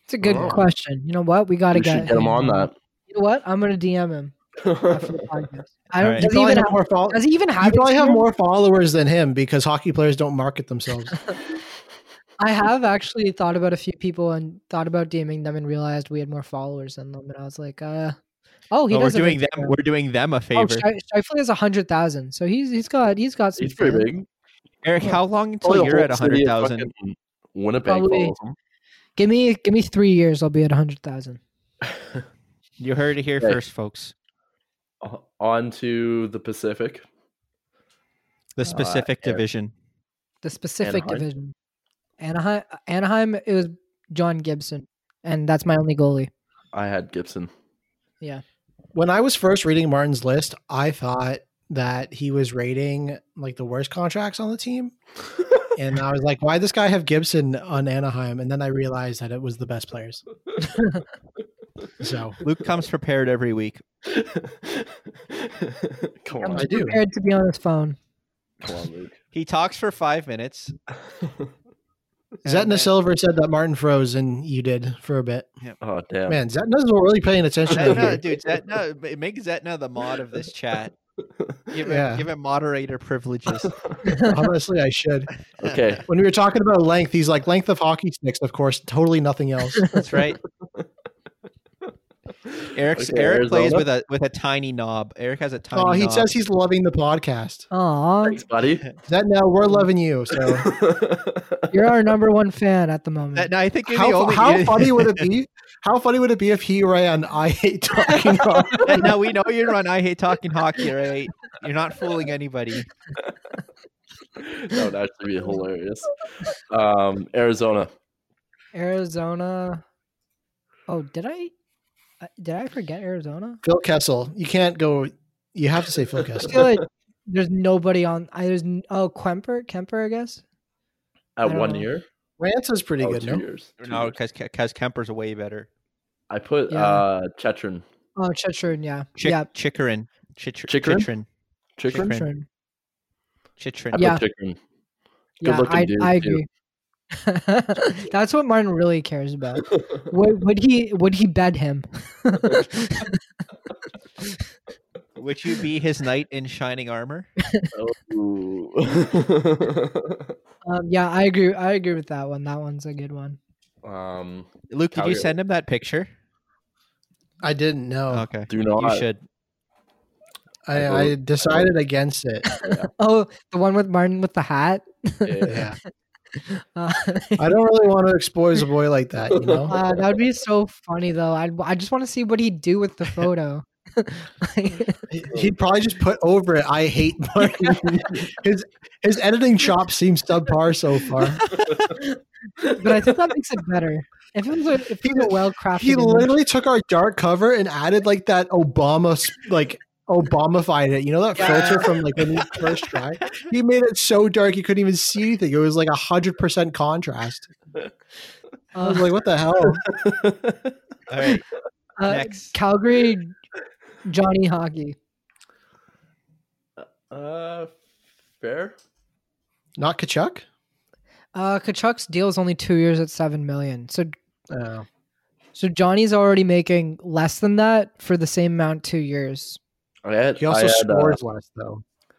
It's a good Oh. question. You know what? We got to We should get, get him on that. You know what? I'm gonna DM him after the podcast. I All right. don't. You Does he probably even have have? more fol- Does he even you have? probably have Instagram? more followers than him because hockey players don't market themselves. I have actually thought about a few people and thought about DMing them and realized we had more followers than them, and I was like, uh, oh, he Oh, we're does. have doing them. Instagram. We're doing them a Oh, favor. Shi- Shifley has a hundred thousand, so he's he's got he's got some. He's pretty fans. big. Eric, how long until Probably the you're whole at city hundred of thousand? fucking Winnipeg Probably- follows him. Give me give me three years, I'll be at a hundred thousand. You heard it here Okay. first, folks. O- On to the Pacific. The specific Eric. division. The specific Anaheim? division. Anaheim. Anaheim. It was John Gibson, and that's my only goalie. I had Gibson. when I was first reading Martin's list, I thought that he was rating like the worst contracts on the team. and I was like, why this guy have Gibson on Anaheim? And then I realized that it was the best players. so Luke comes prepared every week. come I'm on, I do. prepared to be on his phone. come on, Luke. He talks for five minutes, Zetna Silver said that Martin froze, and you did for a bit. Oh damn. Man, Zetna's really paying attention. over here. Zetna, dude, Zetna, ma- make Zetna the mod of this chat. Give him, Yeah. give him moderator privileges. Honestly, I should. Okay. When we were talking about length, he's like length of hockey sticks, of course, totally nothing else. That's right. Eric's, Okay, Eric plays Arizona. with a with a tiny knob. Eric has a tiny. oh, he knob. says he's loving the podcast. Aw, Thanks, buddy. Zetna, we're loving you. So you're our number one fan at the That, moment. no, I think you're how, the only. how funny would it be? How funny would it be if he ran I hate talking about That- now we know you're on. I hate talking hockey, right? You're not fooling anybody. that would actually be hilarious. Um, Arizona. Arizona. Oh, did I? uh, Did I forget Arizona? Phil Kessel? You can't go you have to say Phil Kessel. I feel like there's nobody on. I there's n- oh Kemper Kemper I guess. At don't one know. year? Rants is pretty Oh, good, two no? years. Two No, years. because because Kemper's way better. I put Yeah. uh Chetron. Oh Chichurn, yeah, Chick, yeah, Chickering. Chich- Chickering? Chitrin. Chikrin? Chikrin. Chitrin. Chichurn. I Yeah. put Chikrin. Yeah, Good-looking I, dude, I too. agree. That's what Martin really cares about. would, would he would he bed him? Um, Would you be his knight in shining armor? Ooh. Um, yeah, I agree. I agree with that one. That one's a good one. um, Luke, did you Calgary. send him that picture? I didn't know. Okay. do not. You should. Uh, I, I I decided against it. Oh, the one with Martin with the hat. Yeah. Yeah. Uh, I don't really want to expose a boy like that, you know? uh, that would be so funny though. I I just want to see what he'd do with the photo. Like, He- He'd probably just put over it. I hate Martin. his his editing chops seem subpar so far. but I think that makes it better. If it was a, if He it was a well He crafted. literally took our dark cover and added like that Obama s- like Obamafied it. You know that filter from like when he first tried. He made it so dark you couldn't even see anything. It was like a hundred percent contrast. uh, I was like, what the hell? All right. next. uh, Calgary Johnny Hockey. Uh, fair. Not Kachuk. Uh, Kachuk's deal is only two years at seven million. So Oh. so Johnny's already making less than that for the same amount two years. I had, He also I had, scores less though. uh,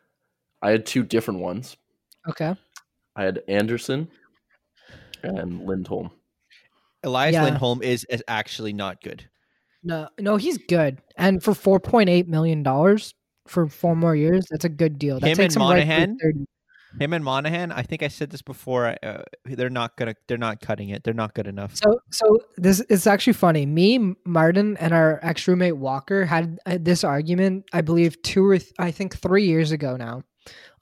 I had two different ones. Okay. I had Anderson and Lindholm. Elias Yeah. Lindholm is, is actually not good. No, no, he's good. And for four point eight million dollars for four more years, that's a good deal. That Him takes and him right through Monahan? 30. Him and Monahan, I think I said this before. Uh, they're not gonna. They're not cutting it. They're not good enough. So, so this it's actually funny. Me, Martin, and our ex roommate Walker had uh, this argument, I believe, two or th- I think three years ago now,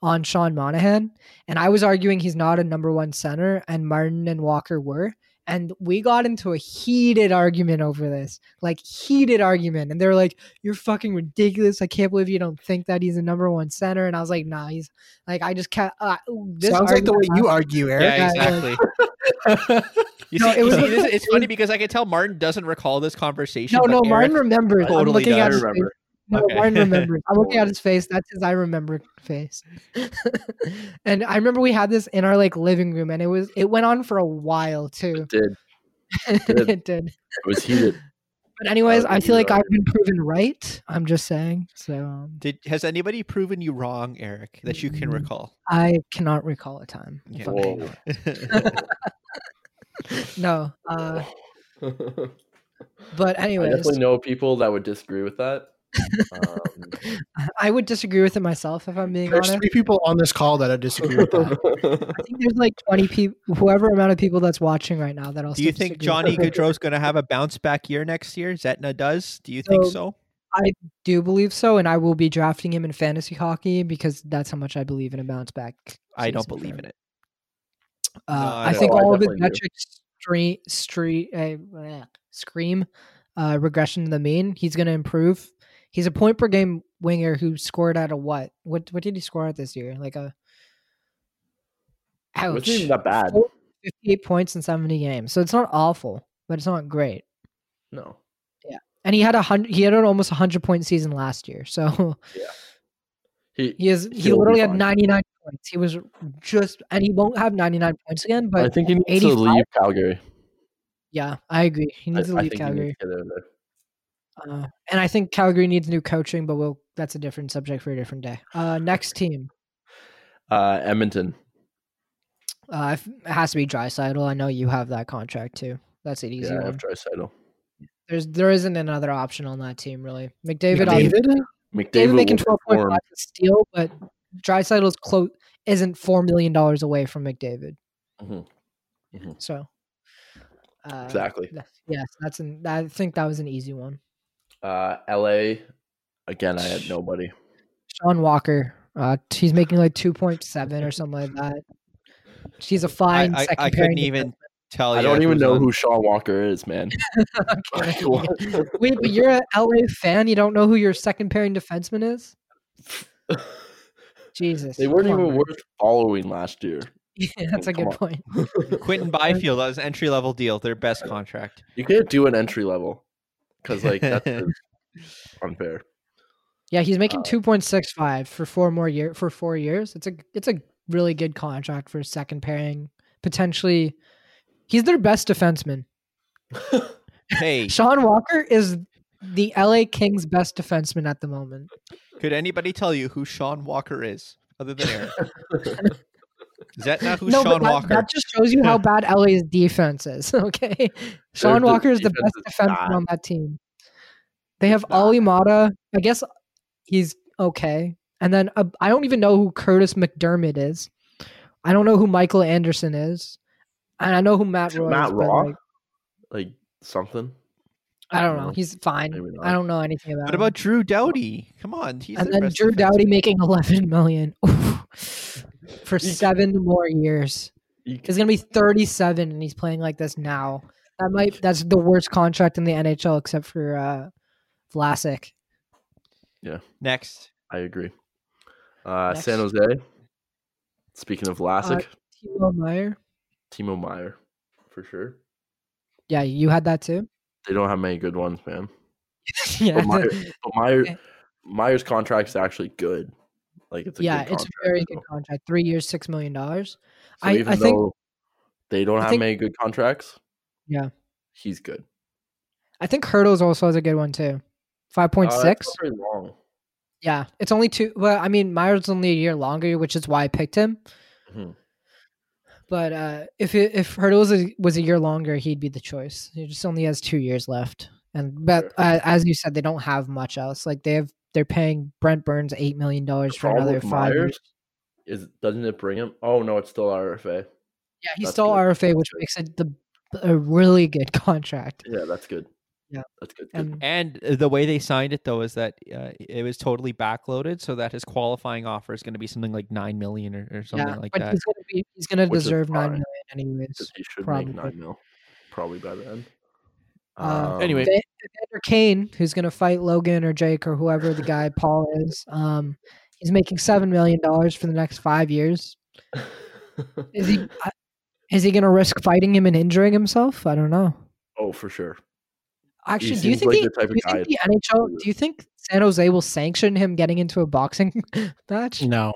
on Sean Monahan, and I was arguing he's not a number one center, and Martin and Walker were, and we got into a heated argument over this, like heated argument, and they were like, "You're fucking ridiculous! I can't believe you don't think that he's a number one center," and I was like, "Nah, he's like I just can't." Uh, this Sounds like the way argument you argue, Eric. yeah, yeah, exactly. you No, see, it you was- see, this, it it's funny because I can tell Martin doesn't recall this conversation. No, but no, Eric- Martin remembers. I'm Totally looking does. at I his remember. No, Okay. Ryan remembers. I'm looking at Totally. his face. That's his I remember face. and I remember we had this in our like living room, and it was it went on for a while too. Did did. it did. it was heated? But anyways, Uh, I feel like yeah. I've been proven right. I'm just saying. So um, Did has anybody proven you wrong, Eric, that you can Mm. recall? I cannot recall a time. Yeah. Fuck. Whoa. No. Uh, I but anyways, definitely know people that would disagree with that. Um, I would disagree with it myself if I'm being There's honest. three people on this call that I disagree with that. I think there's like 20 people, whoever amount of people that's watching right now that also Do you think disagree with Johnny it. Gaudreau's going to have a bounce back year next year? Zetna does. Do you think So- so? do believe so, and I will be drafting him in fantasy hockey because that's how much I believe in a bounce back. I don't believe in it. Uh, No, I I don't. think Oh, I all of his definitely do. metrics stre stre- uh, bleh, scream uh, regression to the mean. He's going to improve. He's a point per game winger who scored at a what? What what did he score at this year? Like a it ouch, wasn't even that bad. Four- fifty-eight points in seventy games. So it's not awful, but it's not great. No. And he had a hundred. He had an almost hundred point season last year. So He, He is he He'll be literally had fine. 99 points. He was just, and he won't have 99 points again. I But think he needs to 85? leave Calgary. yeah, I agree. He I, needs to I leave think he Calgary. needs to get out of there. Uh, and I think Calgary needs new coaching, but we'll that's a different subject for a different day. Uh, next team Uh, Edmonton. uh, if- it has to be Drysidle. I know you have that contract too. That's an easy yeah, one. I have Dreisaitl. There's there isn't another option on that team really. McDavid, obviously- David, McDavid, David making will twelve point perform. five is a steal, but Drysidle's close isn't four million dollars away from McDavid. Mhm. Mhm. So uh, Exactly. th- Yes, that's an. I think that was an easy one. Uh, LA. Again, I had nobody. Sean Walker. Uh, he's making like two point seven or something like that. She's a fine I, second I couldn't pairing even tell you. I don't even who's know on- who Sean Walker is, man. Like, defenseman. what? Wait, but you're an LA fan. You don't know who your second pairing defenseman is? Jesus, they weren't come on, even man. worth following last year. Yeah, that's a Come good on. point. Quentin Byfield. That was an entry level deal. Their best contract. You can't do an entry level because like that's just unfair. Yeah, he's Uh. making two point six five for four more year for four years. It's a it's a really good contract for second pairing. Potentially, he's their best defenseman. Hey, Sean Walker is the LA Kings' best defenseman at the moment. could anybody tell you who Sean Walker is other than Eric? is that not who Sean but that, Walker? that just shows you how bad LA's defense is. Okay, Their Sean de- Walker is the defense best is defenseman bad. on that team. They have Ali Mata. I guess he's okay. And then uh, I don't even know who Curtis McDermott is. I don't know who Michael Anderson is, and I know who Matt Is it Roy. Matt is, but, Raw? like, Like something. I don't No, know. He's fine. maybe not. I don't know anything about. What him. about Drew Doughty? Come on, he's and their then best Drew defenseman. Doughty making 11 million Oof. for seven more years. You He's gonna be 37, and he's playing like this now. That might that's the worst contract in the NHL except for uh, Vlasic. Next, I agree. Uh, Next. Uh, San Jose. Speaking of Vlasic, Timo Meyer. Timo Meyer, for sure. Yeah, you had that too. They don't have many good ones, man. yeah, But Meyer, but Meyer Okay. Meyer's contract's actually good. Like it's a yeah, good it's a contract, very so- good contract. Three years, six million dollars. So I- even I though think- they don't I have think- many good contracts, Yeah. he's good. I think Hurdles also has a good one too. Five point Uh, six. it's not very long. Yeah, it's only two. Well, I mean, Myers only a year longer, which is why I picked him. Mhm. But uh, if it, if Hurdle was a, was a year longer, he'd be the choice. He just only has two years left, and but Sure. uh, as you said, they don't have much else. Like they have, they're paying Brent Burns eight million dollars for Problem another with five. years. Myers Is doesn't it bring him? Oh no, it's still RFA. Yeah, he's that's still good. RFA, which Good. makes it the a really good contract. Yeah, that's good. Yeah. that's good. good. And and uh, the way they signed it though is that uh, it was totally backloaded, so that his qualifying offer is going to be something like nine million or, or something yeah, like but that. he's gonna be he's gonna Which is deserve nine fine. million anyways. 'cause he should probably. make nine mil, probably by the end. Uh, Um, Anyway. Van- Evander Kane, who's going to fight Logan or Jake or whoever the guy Paul is, um, he's making seven million dollars for the next five years. Is he? I- Is he going to risk fighting him and injuring himself? I don't know. oh, for sure. Actually, do you seems think, like he- the type do of you guy think the NHL? Do you think San Jose will sanction him getting into a boxing match? Mm. No,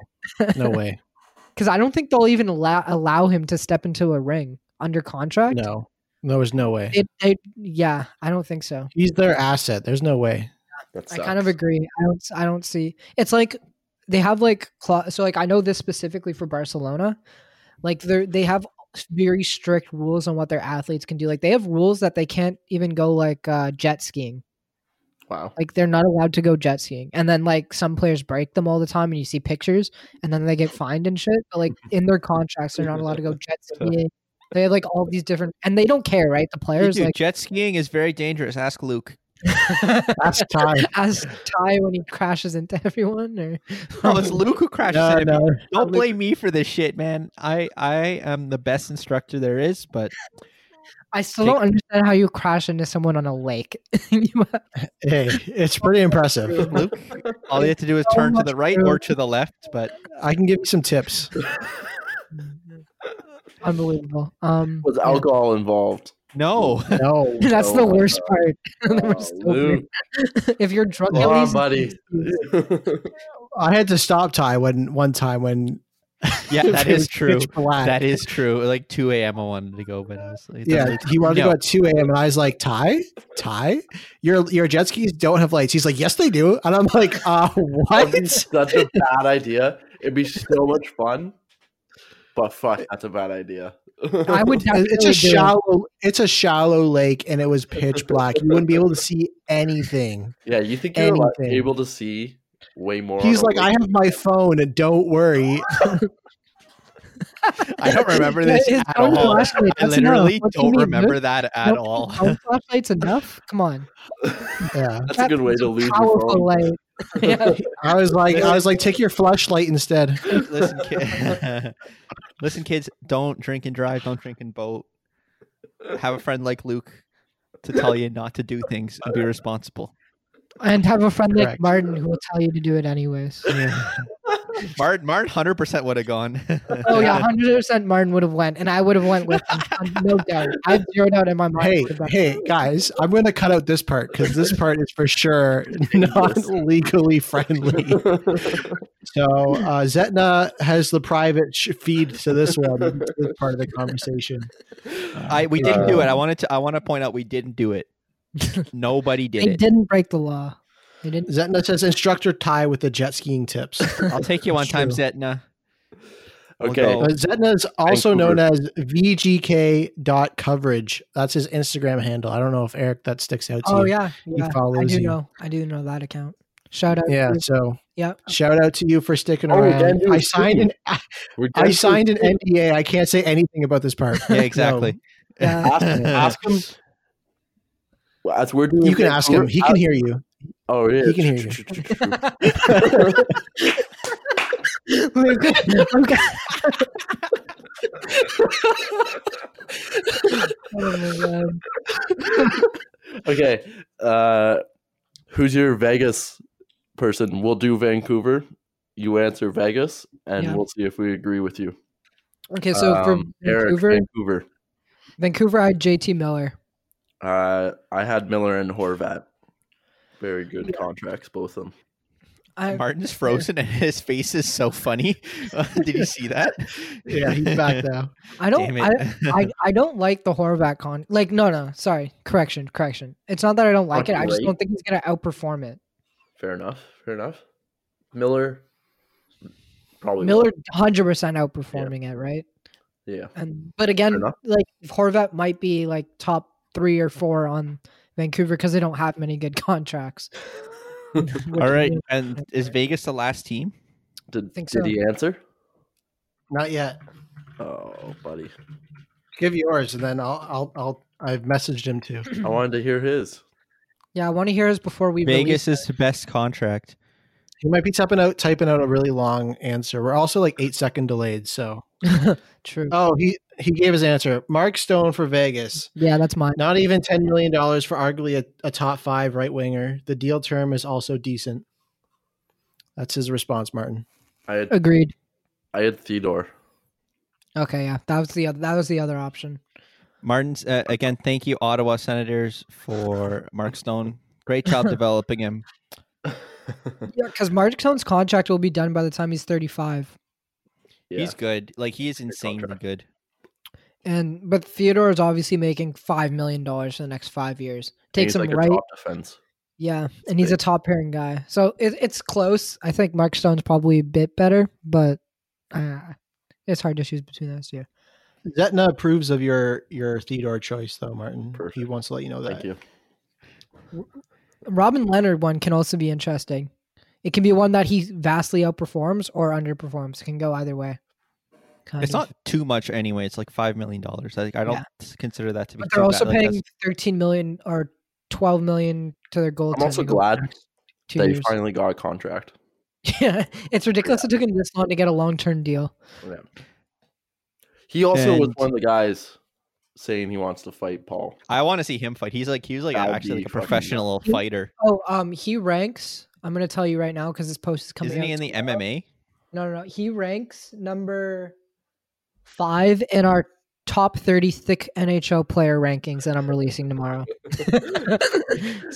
no way. Because I don't think they'll even allow allow him to step into a ring under contract. No, there was no way. They- they- yeah, I don't think so. he's their asset. There's no way. That I kind of sucks. agree. I don't. I don't see. It's like they have like cla- so like I know this specifically for Barcelona. Like they they have very strict rules on what their athletes can do. Like they have rules that they can't even go like uh, jet skiing. Wow. Like they're not allowed to go jet skiing. And then like some players break them all the time, and you see pictures, and then they get fined and shit. But like in their contracts, they're not allowed to go jet skiing. They have like all these different, and they don't care, right? The players Dude, like jet skiing is very dangerous. Ask Luke. That's time. ask Ty when he crashes into everyone, or Oh, it's Luke who crashes No, into me. no. Don't blame me for this shit, man. I I am the best instructor there is, but I still Take- don't understand how you crash into someone on a lake. You have Hey, it's pretty impressive. Luke, all you have to do is So turn to much the right room. or to the left. But I can give you some tips. unbelievable. Um, Was yeah. alcohol involved? no, No, That's Oh the my worst God. part. The Oh, worst over. if you're drunk, Come at on, least buddy. I had to stop Ty when one time when Yeah, that It is was true. pitch black. That is true. Like 2 a.m. I wanted to go, but I was like, yeah, he wanted to No. go at 2 a.m. and I was like, Ty, Ty, your your jet skis don't have lights. He's like, yes, they do. And I'm like, uh, That'd be what? such a bad idea. It'd be so much fun. But fuck, that's a bad idea. I would definitely It's a do it. shallow, it's a shallow lake, and it was pitch black. You wouldn't be able to see anything. yeah, you think you're like, Anything. able to see way more? He's on a like, I lake. have my phone, and don't worry. I don't remember this His at own all. flashlight, I that's literally enough. What do you don't mean, remember dude? that at Nope. all. Own flashlight's enough. Come on, Yeah, That's a good way to lose your powerful phone. light. Yeah. I was like, I was like, take your flashlight instead. listen, kid, listen, kids, don't drink and drive. Don't drink and boat. Have a friend like Luke to tell you not to do things and be responsible. and have a friend like Correct. Martin who will tell you to do it anyways. Mart, Mart, hundred percent would have gone. Oh yeah, hundred percent. Martin would have went, and I would have went with him. No doubt. I zeroed out in my mind. Hey, about- hey, guys, I'm going to cut out this part because this part is for sure not legally friendly. So uh, Zetna has the private sh- feed to this one, to this part of the conversation. I we didn't do it. I wanted to. I want to point out we didn't do it. Nobody did they it. didn't break the law. They didn't. Zetna says instructor Ty with the jet skiing tips. Uh, I'll take you one It's time, true. Uh, Zetna. We'll Okay, go. Zetna is also Vancouver. known as VGK.coverage. That's his Instagram handle. I don't know if Eric that sticks out to Oh you. yeah, yeah. I follows do you. know. I do know that account. Shout out. Yeah, to- so yeah. shout out to you for sticking Oh, Dan, around. you I signed an we're I getting signed an NDA. I can't say anything about this part. Yeah, exactly. Yeah. ask, ask him. Well, As we're doing, You can ask him. He can hear you. Oh yeah, he can hear you. Luke, Luke- oh my god. okay. Uh, who's your Vegas person? We'll do Vancouver. You answer Vegas, and Yeah. we'll see if we agree with you. Okay, so from Um, Eric, Vancouver, Vancouver. Vancouver, I had JT Miller. Uh, I had Miller and Horvat. Very good contracts, both of them. I, Martin's frozen and his face is so funny. did you see that? Yeah, he's back now. I Damn don't. it. I, I, I don't like the Horvat con. Like, no, no, sorry. Correction, correction. It's not that I don't like it. I just Great. don't think he's gonna outperform it. Fair enough. Fair enough. Miller, probably Miller, hundred percent outperforming it, right? won't. Yeah. And but again, enough. like Horvat might be like top three or four on Vancouver because they don't have many good contracts. Which All right. is- And is Vegas the last team? Did Think did so. he answer? Not yet. Oh, buddy. Give yours, and then I'll I'll I'll I've messaged him too. I wanted to hear his. Yeah, I want to hear us before we Vegas release is the best contract. He might be typing out typing out a really long answer. We're also like eight second delayed. So True. oh he he gave his answer. Mark Stone for Vegas. yeah, that's mine. Not even ten million dollars for arguably a, a top five right winger. The deal term is also decent. That's his response, Martin. I had Agreed. I had Theodore. Okay, yeah, that was the other, that was the other option. Martin's uh, again. Thank you, Ottawa Senators, for Mark Stone. Great job developing him. Yeah, because Martin's contract will be done by the time he's thirty-five, Yeah. He's good. Like he is insanely contract. good. and but Theodore is obviously making five million dollars for the next five years. Takes he's him like right, a top defense. yeah, and he's a top pairing guy. So it, it's close. I think Mark Stone's probably a bit better, but uh, it's hard to choose between those two. Zetna approves of your your Theodore choice, though, Martin. He Perfect. wants to let you know that. Thank you. Robin Leonard one can also be interesting. It can be one that he vastly outperforms or underperforms. It can go either way. Kind It's of. not too much anyway. It's like five million dollars. Like I don't Yeah. s- consider that to be. But too they're also bad. Like, paying that's- 13 million or 12 million to their goal. I'm also glad two that he years. finally got a contract. yeah, it's ridiculous it took him this long to get a long term deal. He also was And- one of the guys saying he wants to fight Paul. I want to see him fight. He's like he was like That'd actually like be a fucking- professional fighter. Oh, um, he ranks. I'm gonna tell you right now because this post is coming Isn't he in out. the MMA? no, no, no. He ranks number five in our top 30 thick NHL player rankings that I'm releasing tomorrow.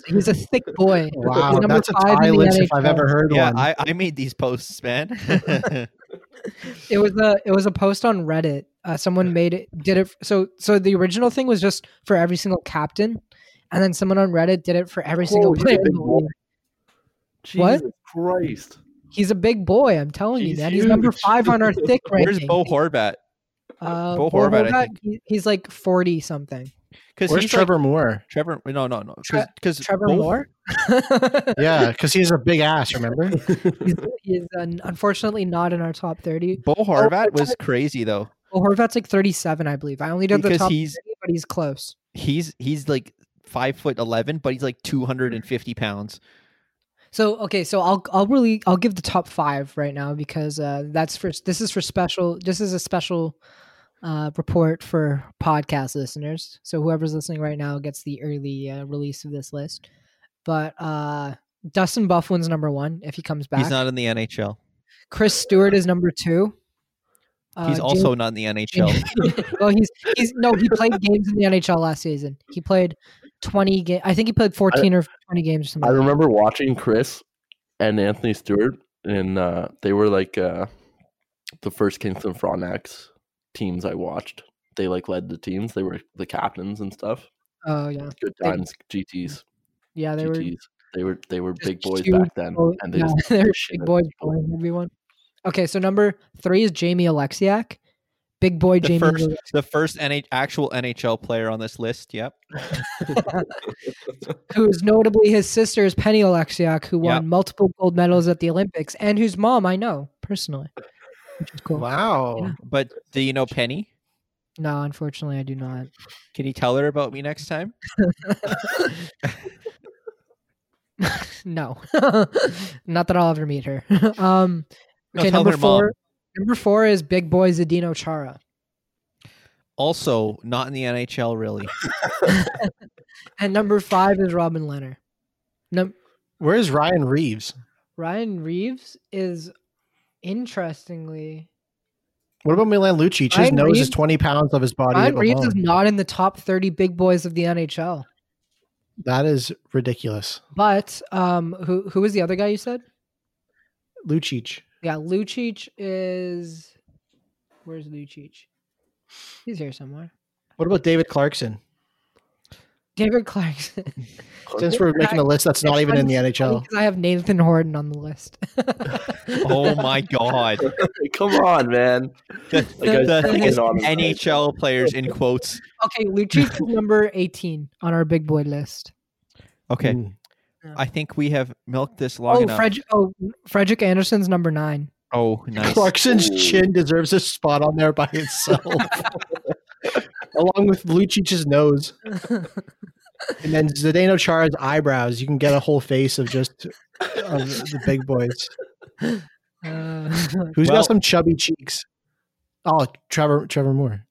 So he's a thick boy. Wow, He's number that's a five in tie the list if I've NHL. ever heard Yeah, one. I, I made these posts, man. it was a it was a post on Reddit. Uh, someone made it did it so so the original thing was just for every single captain, and then someone on Reddit did it for every single he's a player. big in the boy. league. What? Jesus Christ. He's a big boy. I'm telling you, He's man. He's number huge. five on our thick Where's ranking. Bo Horvat? Uh, Bo Bo Horvat, I Horvat, think. he- he's like forty something. Because Where's he's Trevor. Trevor Moore? Trevor, no, no, no. Tre- Because Trevor Moore. Yeah, because he has a big ass. Remember? he's, he's uh, unfortunately not in our top thirty. Bo Horvat was Horvat. crazy though. Well, Horvat's like thirty-seven, I believe. I only did the Because top he's- 30, but he's close. He's he's like five foot eleven, but he's like two hundred and fifty pounds. So okay, so I'll I'll really I'll give the top five right now because uh, that's for this is for special. This is a special uh, report for podcast listeners. So whoever's listening right now gets the early uh, release of this list. But uh, Dustin Bufflin's number one if he comes back. He's not in the NHL. Chris Stewart is number two. He's Uh, also not in the NHL. well, he's he's no, he played games in the NHL last season. He played twenty games. I think he played fourteen or twenty games. Or something I like that. remember watching Chris and Anthony Stewart, and uh, they were like uh, the first Kingston Frontenacs teams I watched. They like led the teams. They were the captains and stuff. Oh yeah, Good They- times, GTs, yeah, they were GTs. They were they were big boys huge back then, boy- and they yeah, just they were the shit big out boys of people. bullying everyone. Okay, so number three is Jamie Alexiak, big boy the Jamie. first, Ale- the first NH- actual NHL player on this list. Yep. who's notably his sister is Penny Alexiak, who won Yep. multiple gold medals at the Olympics, and whose mom I know personally, which is cool. Wow. Yeah. But do you know Penny? No, unfortunately, I do not. Can you tell her about me next time? No, not that I'll ever meet her. um, No, okay, tell number her mom. four. Number four is big boy Zdeno Chara, Also, not in the NHL, really. and number five is Robin Leonard. Num- Where's Ryan Reeves? Ryan Reeves is interestingly What about Milan Lucic? His Ryan nose Reeves- is twenty pounds of his body Ryan alone. Reeves is not in the top 30 big boys of the NHL. that is ridiculous. But um who who was the other guy you said? Lucic. Yeah, Lucic is where's Lucic? He's here somewhere. What about David Clarkson? David Clarkson. Since we're making a list that's not even in the NHL. Because I have Nathan Horton on the list. Oh my god! Come on, man. The, Like, I the was thing is, thinking on- NHL players in quotes. Okay, Lucic is number 18 on our big boy list. Okay, Mm. I think we have milked this long oh, enough. Fred- oh, Frederick Anderson's number 9. oh, nice. Clarkson's Ooh. chin deserves a spot on there by itself, along with Lucic's nose. And then Zdeno Chara's eyebrows. You can get a whole face of just of the big boys. Uh, Who's Well- got some chubby cheeks? Oh, Trevor Trevor Moore.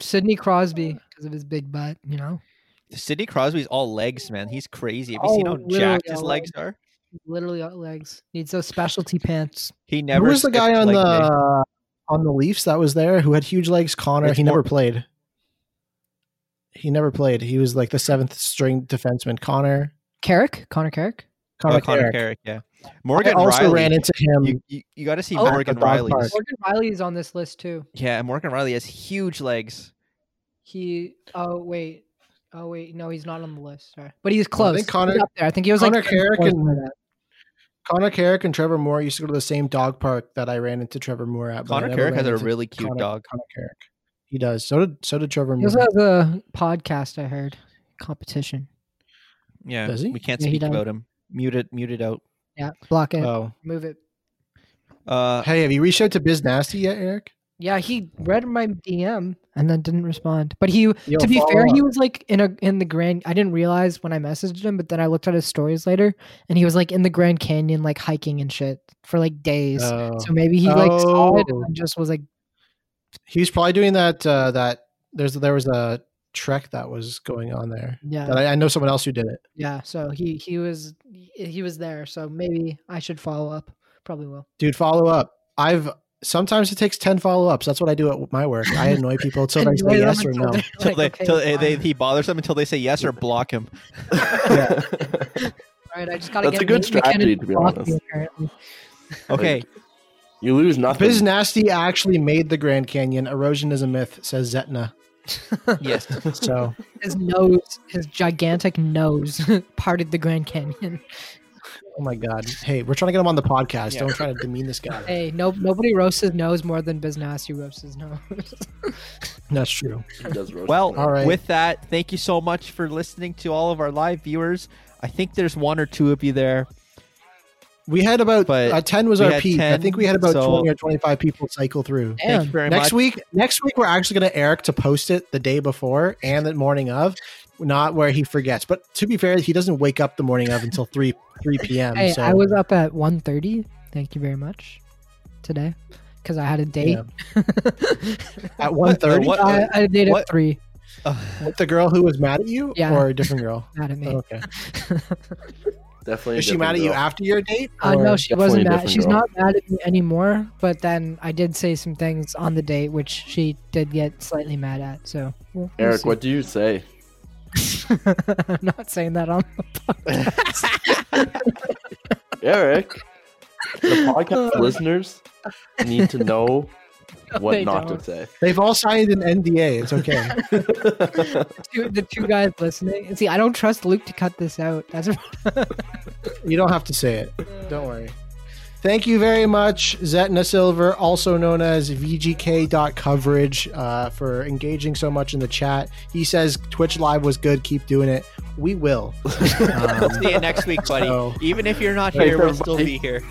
Sidney Crosby because of his big butt, you know, Sidney Crosby's all legs, man. He's crazy. Have you Oh, seen how literally jacked his all legs are? literally out legs. Needs those specialty pants. He never. Who was the guy skipped on leg the day. on the Leafs that was there who had huge legs? Connor. It's he Mor- never played. He never played. He was like the seventh string defenseman. Connor. Carrick, Connor Carrick. Connor, Oh, Connor Carrick. Carrick? Yeah, I Morgan also Riley. ran into him. you, you, you got to see Oh, at the Morgan dog Riley's. park. Morgan Riley is on this list too. Yeah, and Morgan Riley has huge legs. He. Oh wait. Oh wait. No, he's not on the list. Sorry, but he's close. think He's Connor- up there. I think he was Connor like Carrick fourth and- by that. Connor Carrick and Trevor Moore used to go to the same dog park that I ran into Trevor Moore at. but I Connor never Carrick ran has a into really cute Connor- dog. Connor Carrick. He does. So did so did Trevor He Moore. also has a podcast. I heard competition. Yeah, Does he? we can't Yeah, he speak does. about him. Mute it. Mute it out. Yeah, block it. Oh. Move it. Uh, Hey, have you reached out to Biz Nasty yet, Eric? Yeah, he read my DM and then didn't respond. But he, Yo, to be follow fair, he up. was like in a in the Grand. I didn't realize when I messaged him, but then I looked at his stories later, and he was like in the Grand Canyon, like hiking and shit for like days. Oh. so maybe he like saw it Oh. and just was like, he was probably doing that. Uh, that there's there was a trek that was going on there. yeah, That I, I know someone else who did it. yeah. So he he was he was there. So maybe I should follow up. Probably will. Dude, follow up. I've sometimes it takes ten follow ups. That's what I do at my work. I annoy people until they Annoy say them yes or until no. they're till like, they, "Okay, till they, they- fine." he bothers them until they say yes or block him. All right, I just gotta get That's a Nate good McKinnon strategy, to be block me, honest. apparently. Okay, You lose nothing. Biz Nasty actually made the Grand Canyon. Erosion is a myth, says Zetna. Yes. So His nose, his gigantic nose, parted the Grand Canyon. Oh my God. Hey, we're trying to get him on the podcast. Don't try to demean this guy. Hey, no, nobody roasts his nose more than Biznasty roasts his nose. That's true. He does roast Well, nothing. All right. with that, thank you so much for listening to all of our live viewers. I think there's one or two of you there. We had about But uh, 10 was we our had peak. I 10, think we had about so- 20 or 25 people cycle through. Thank you Damn. very Next much. week, next week we're actually going to Eric to post it the day before and the morning of, not where he forgets. But to be fair, he doesn't wake up the morning of until 3 3 p.m. Hey, so I was up at 1.30. Thank you very much today because I had a date. at 1:30 What- I, I had a date what- at 3. with the girl who was mad at you Yeah. or a different girl. Mad at me. Okay. Oh. definitely. a Is she different mad at you girl. after your date? Uh, or- no, she Definitely a wasn't mad. different She's girl. not mad at me anymore. But then I did say some things on the date, which she did get slightly mad at. So, we'll- we'll Eric, see. what do you say? I'm not saying that on the podcast. Eric, the podcast listeners need to know what they not don't. to say. They've all signed an NDA. It's okay. The two, the two guys listening. See, I don't trust Luke to cut this out. That's you don't have to say it. Don't worry. Thank you very much, Zetna Silver, also known as VGK.coverage, uh, for engaging so much in the chat. He says Twitch Live was good. Keep doing it. We will. Um, We'll see you next week, buddy. So- Even if you're not Thanks, here, we'll still be everybody. here.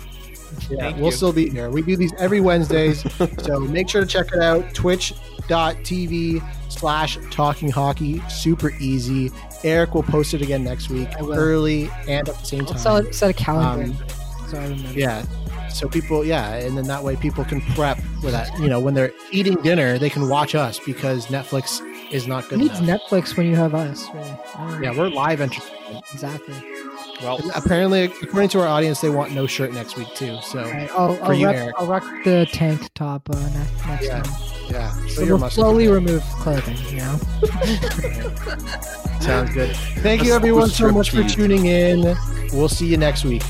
Yeah, Thank we'll you. still be here. We do these every Wednesdays. so make sure to check it out. Twitch.tv slash talking hockey. Super easy. Eric will post it again next week, I will. early and at the same I'll time. set, set a calendar Um, so I remember. Yeah. So people, yeah, and then that way people can prep for that. You know, when they're eating dinner, they can watch us because Netflix is not Who good needs enough. Netflix when you have us? Really? I don't know. yeah, we're live entry. exactly. Well, Apparently, according to our audience, they want no shirt next week too. So All right, I'll, For I'll, you, rock, Eric. I'll rock the tank top uh, next, next Yeah, time. yeah, show So your we'll muscles. slowly remove clothing, you know? Sounds good. Thank you everyone so much for tuning in. We'll see you next week.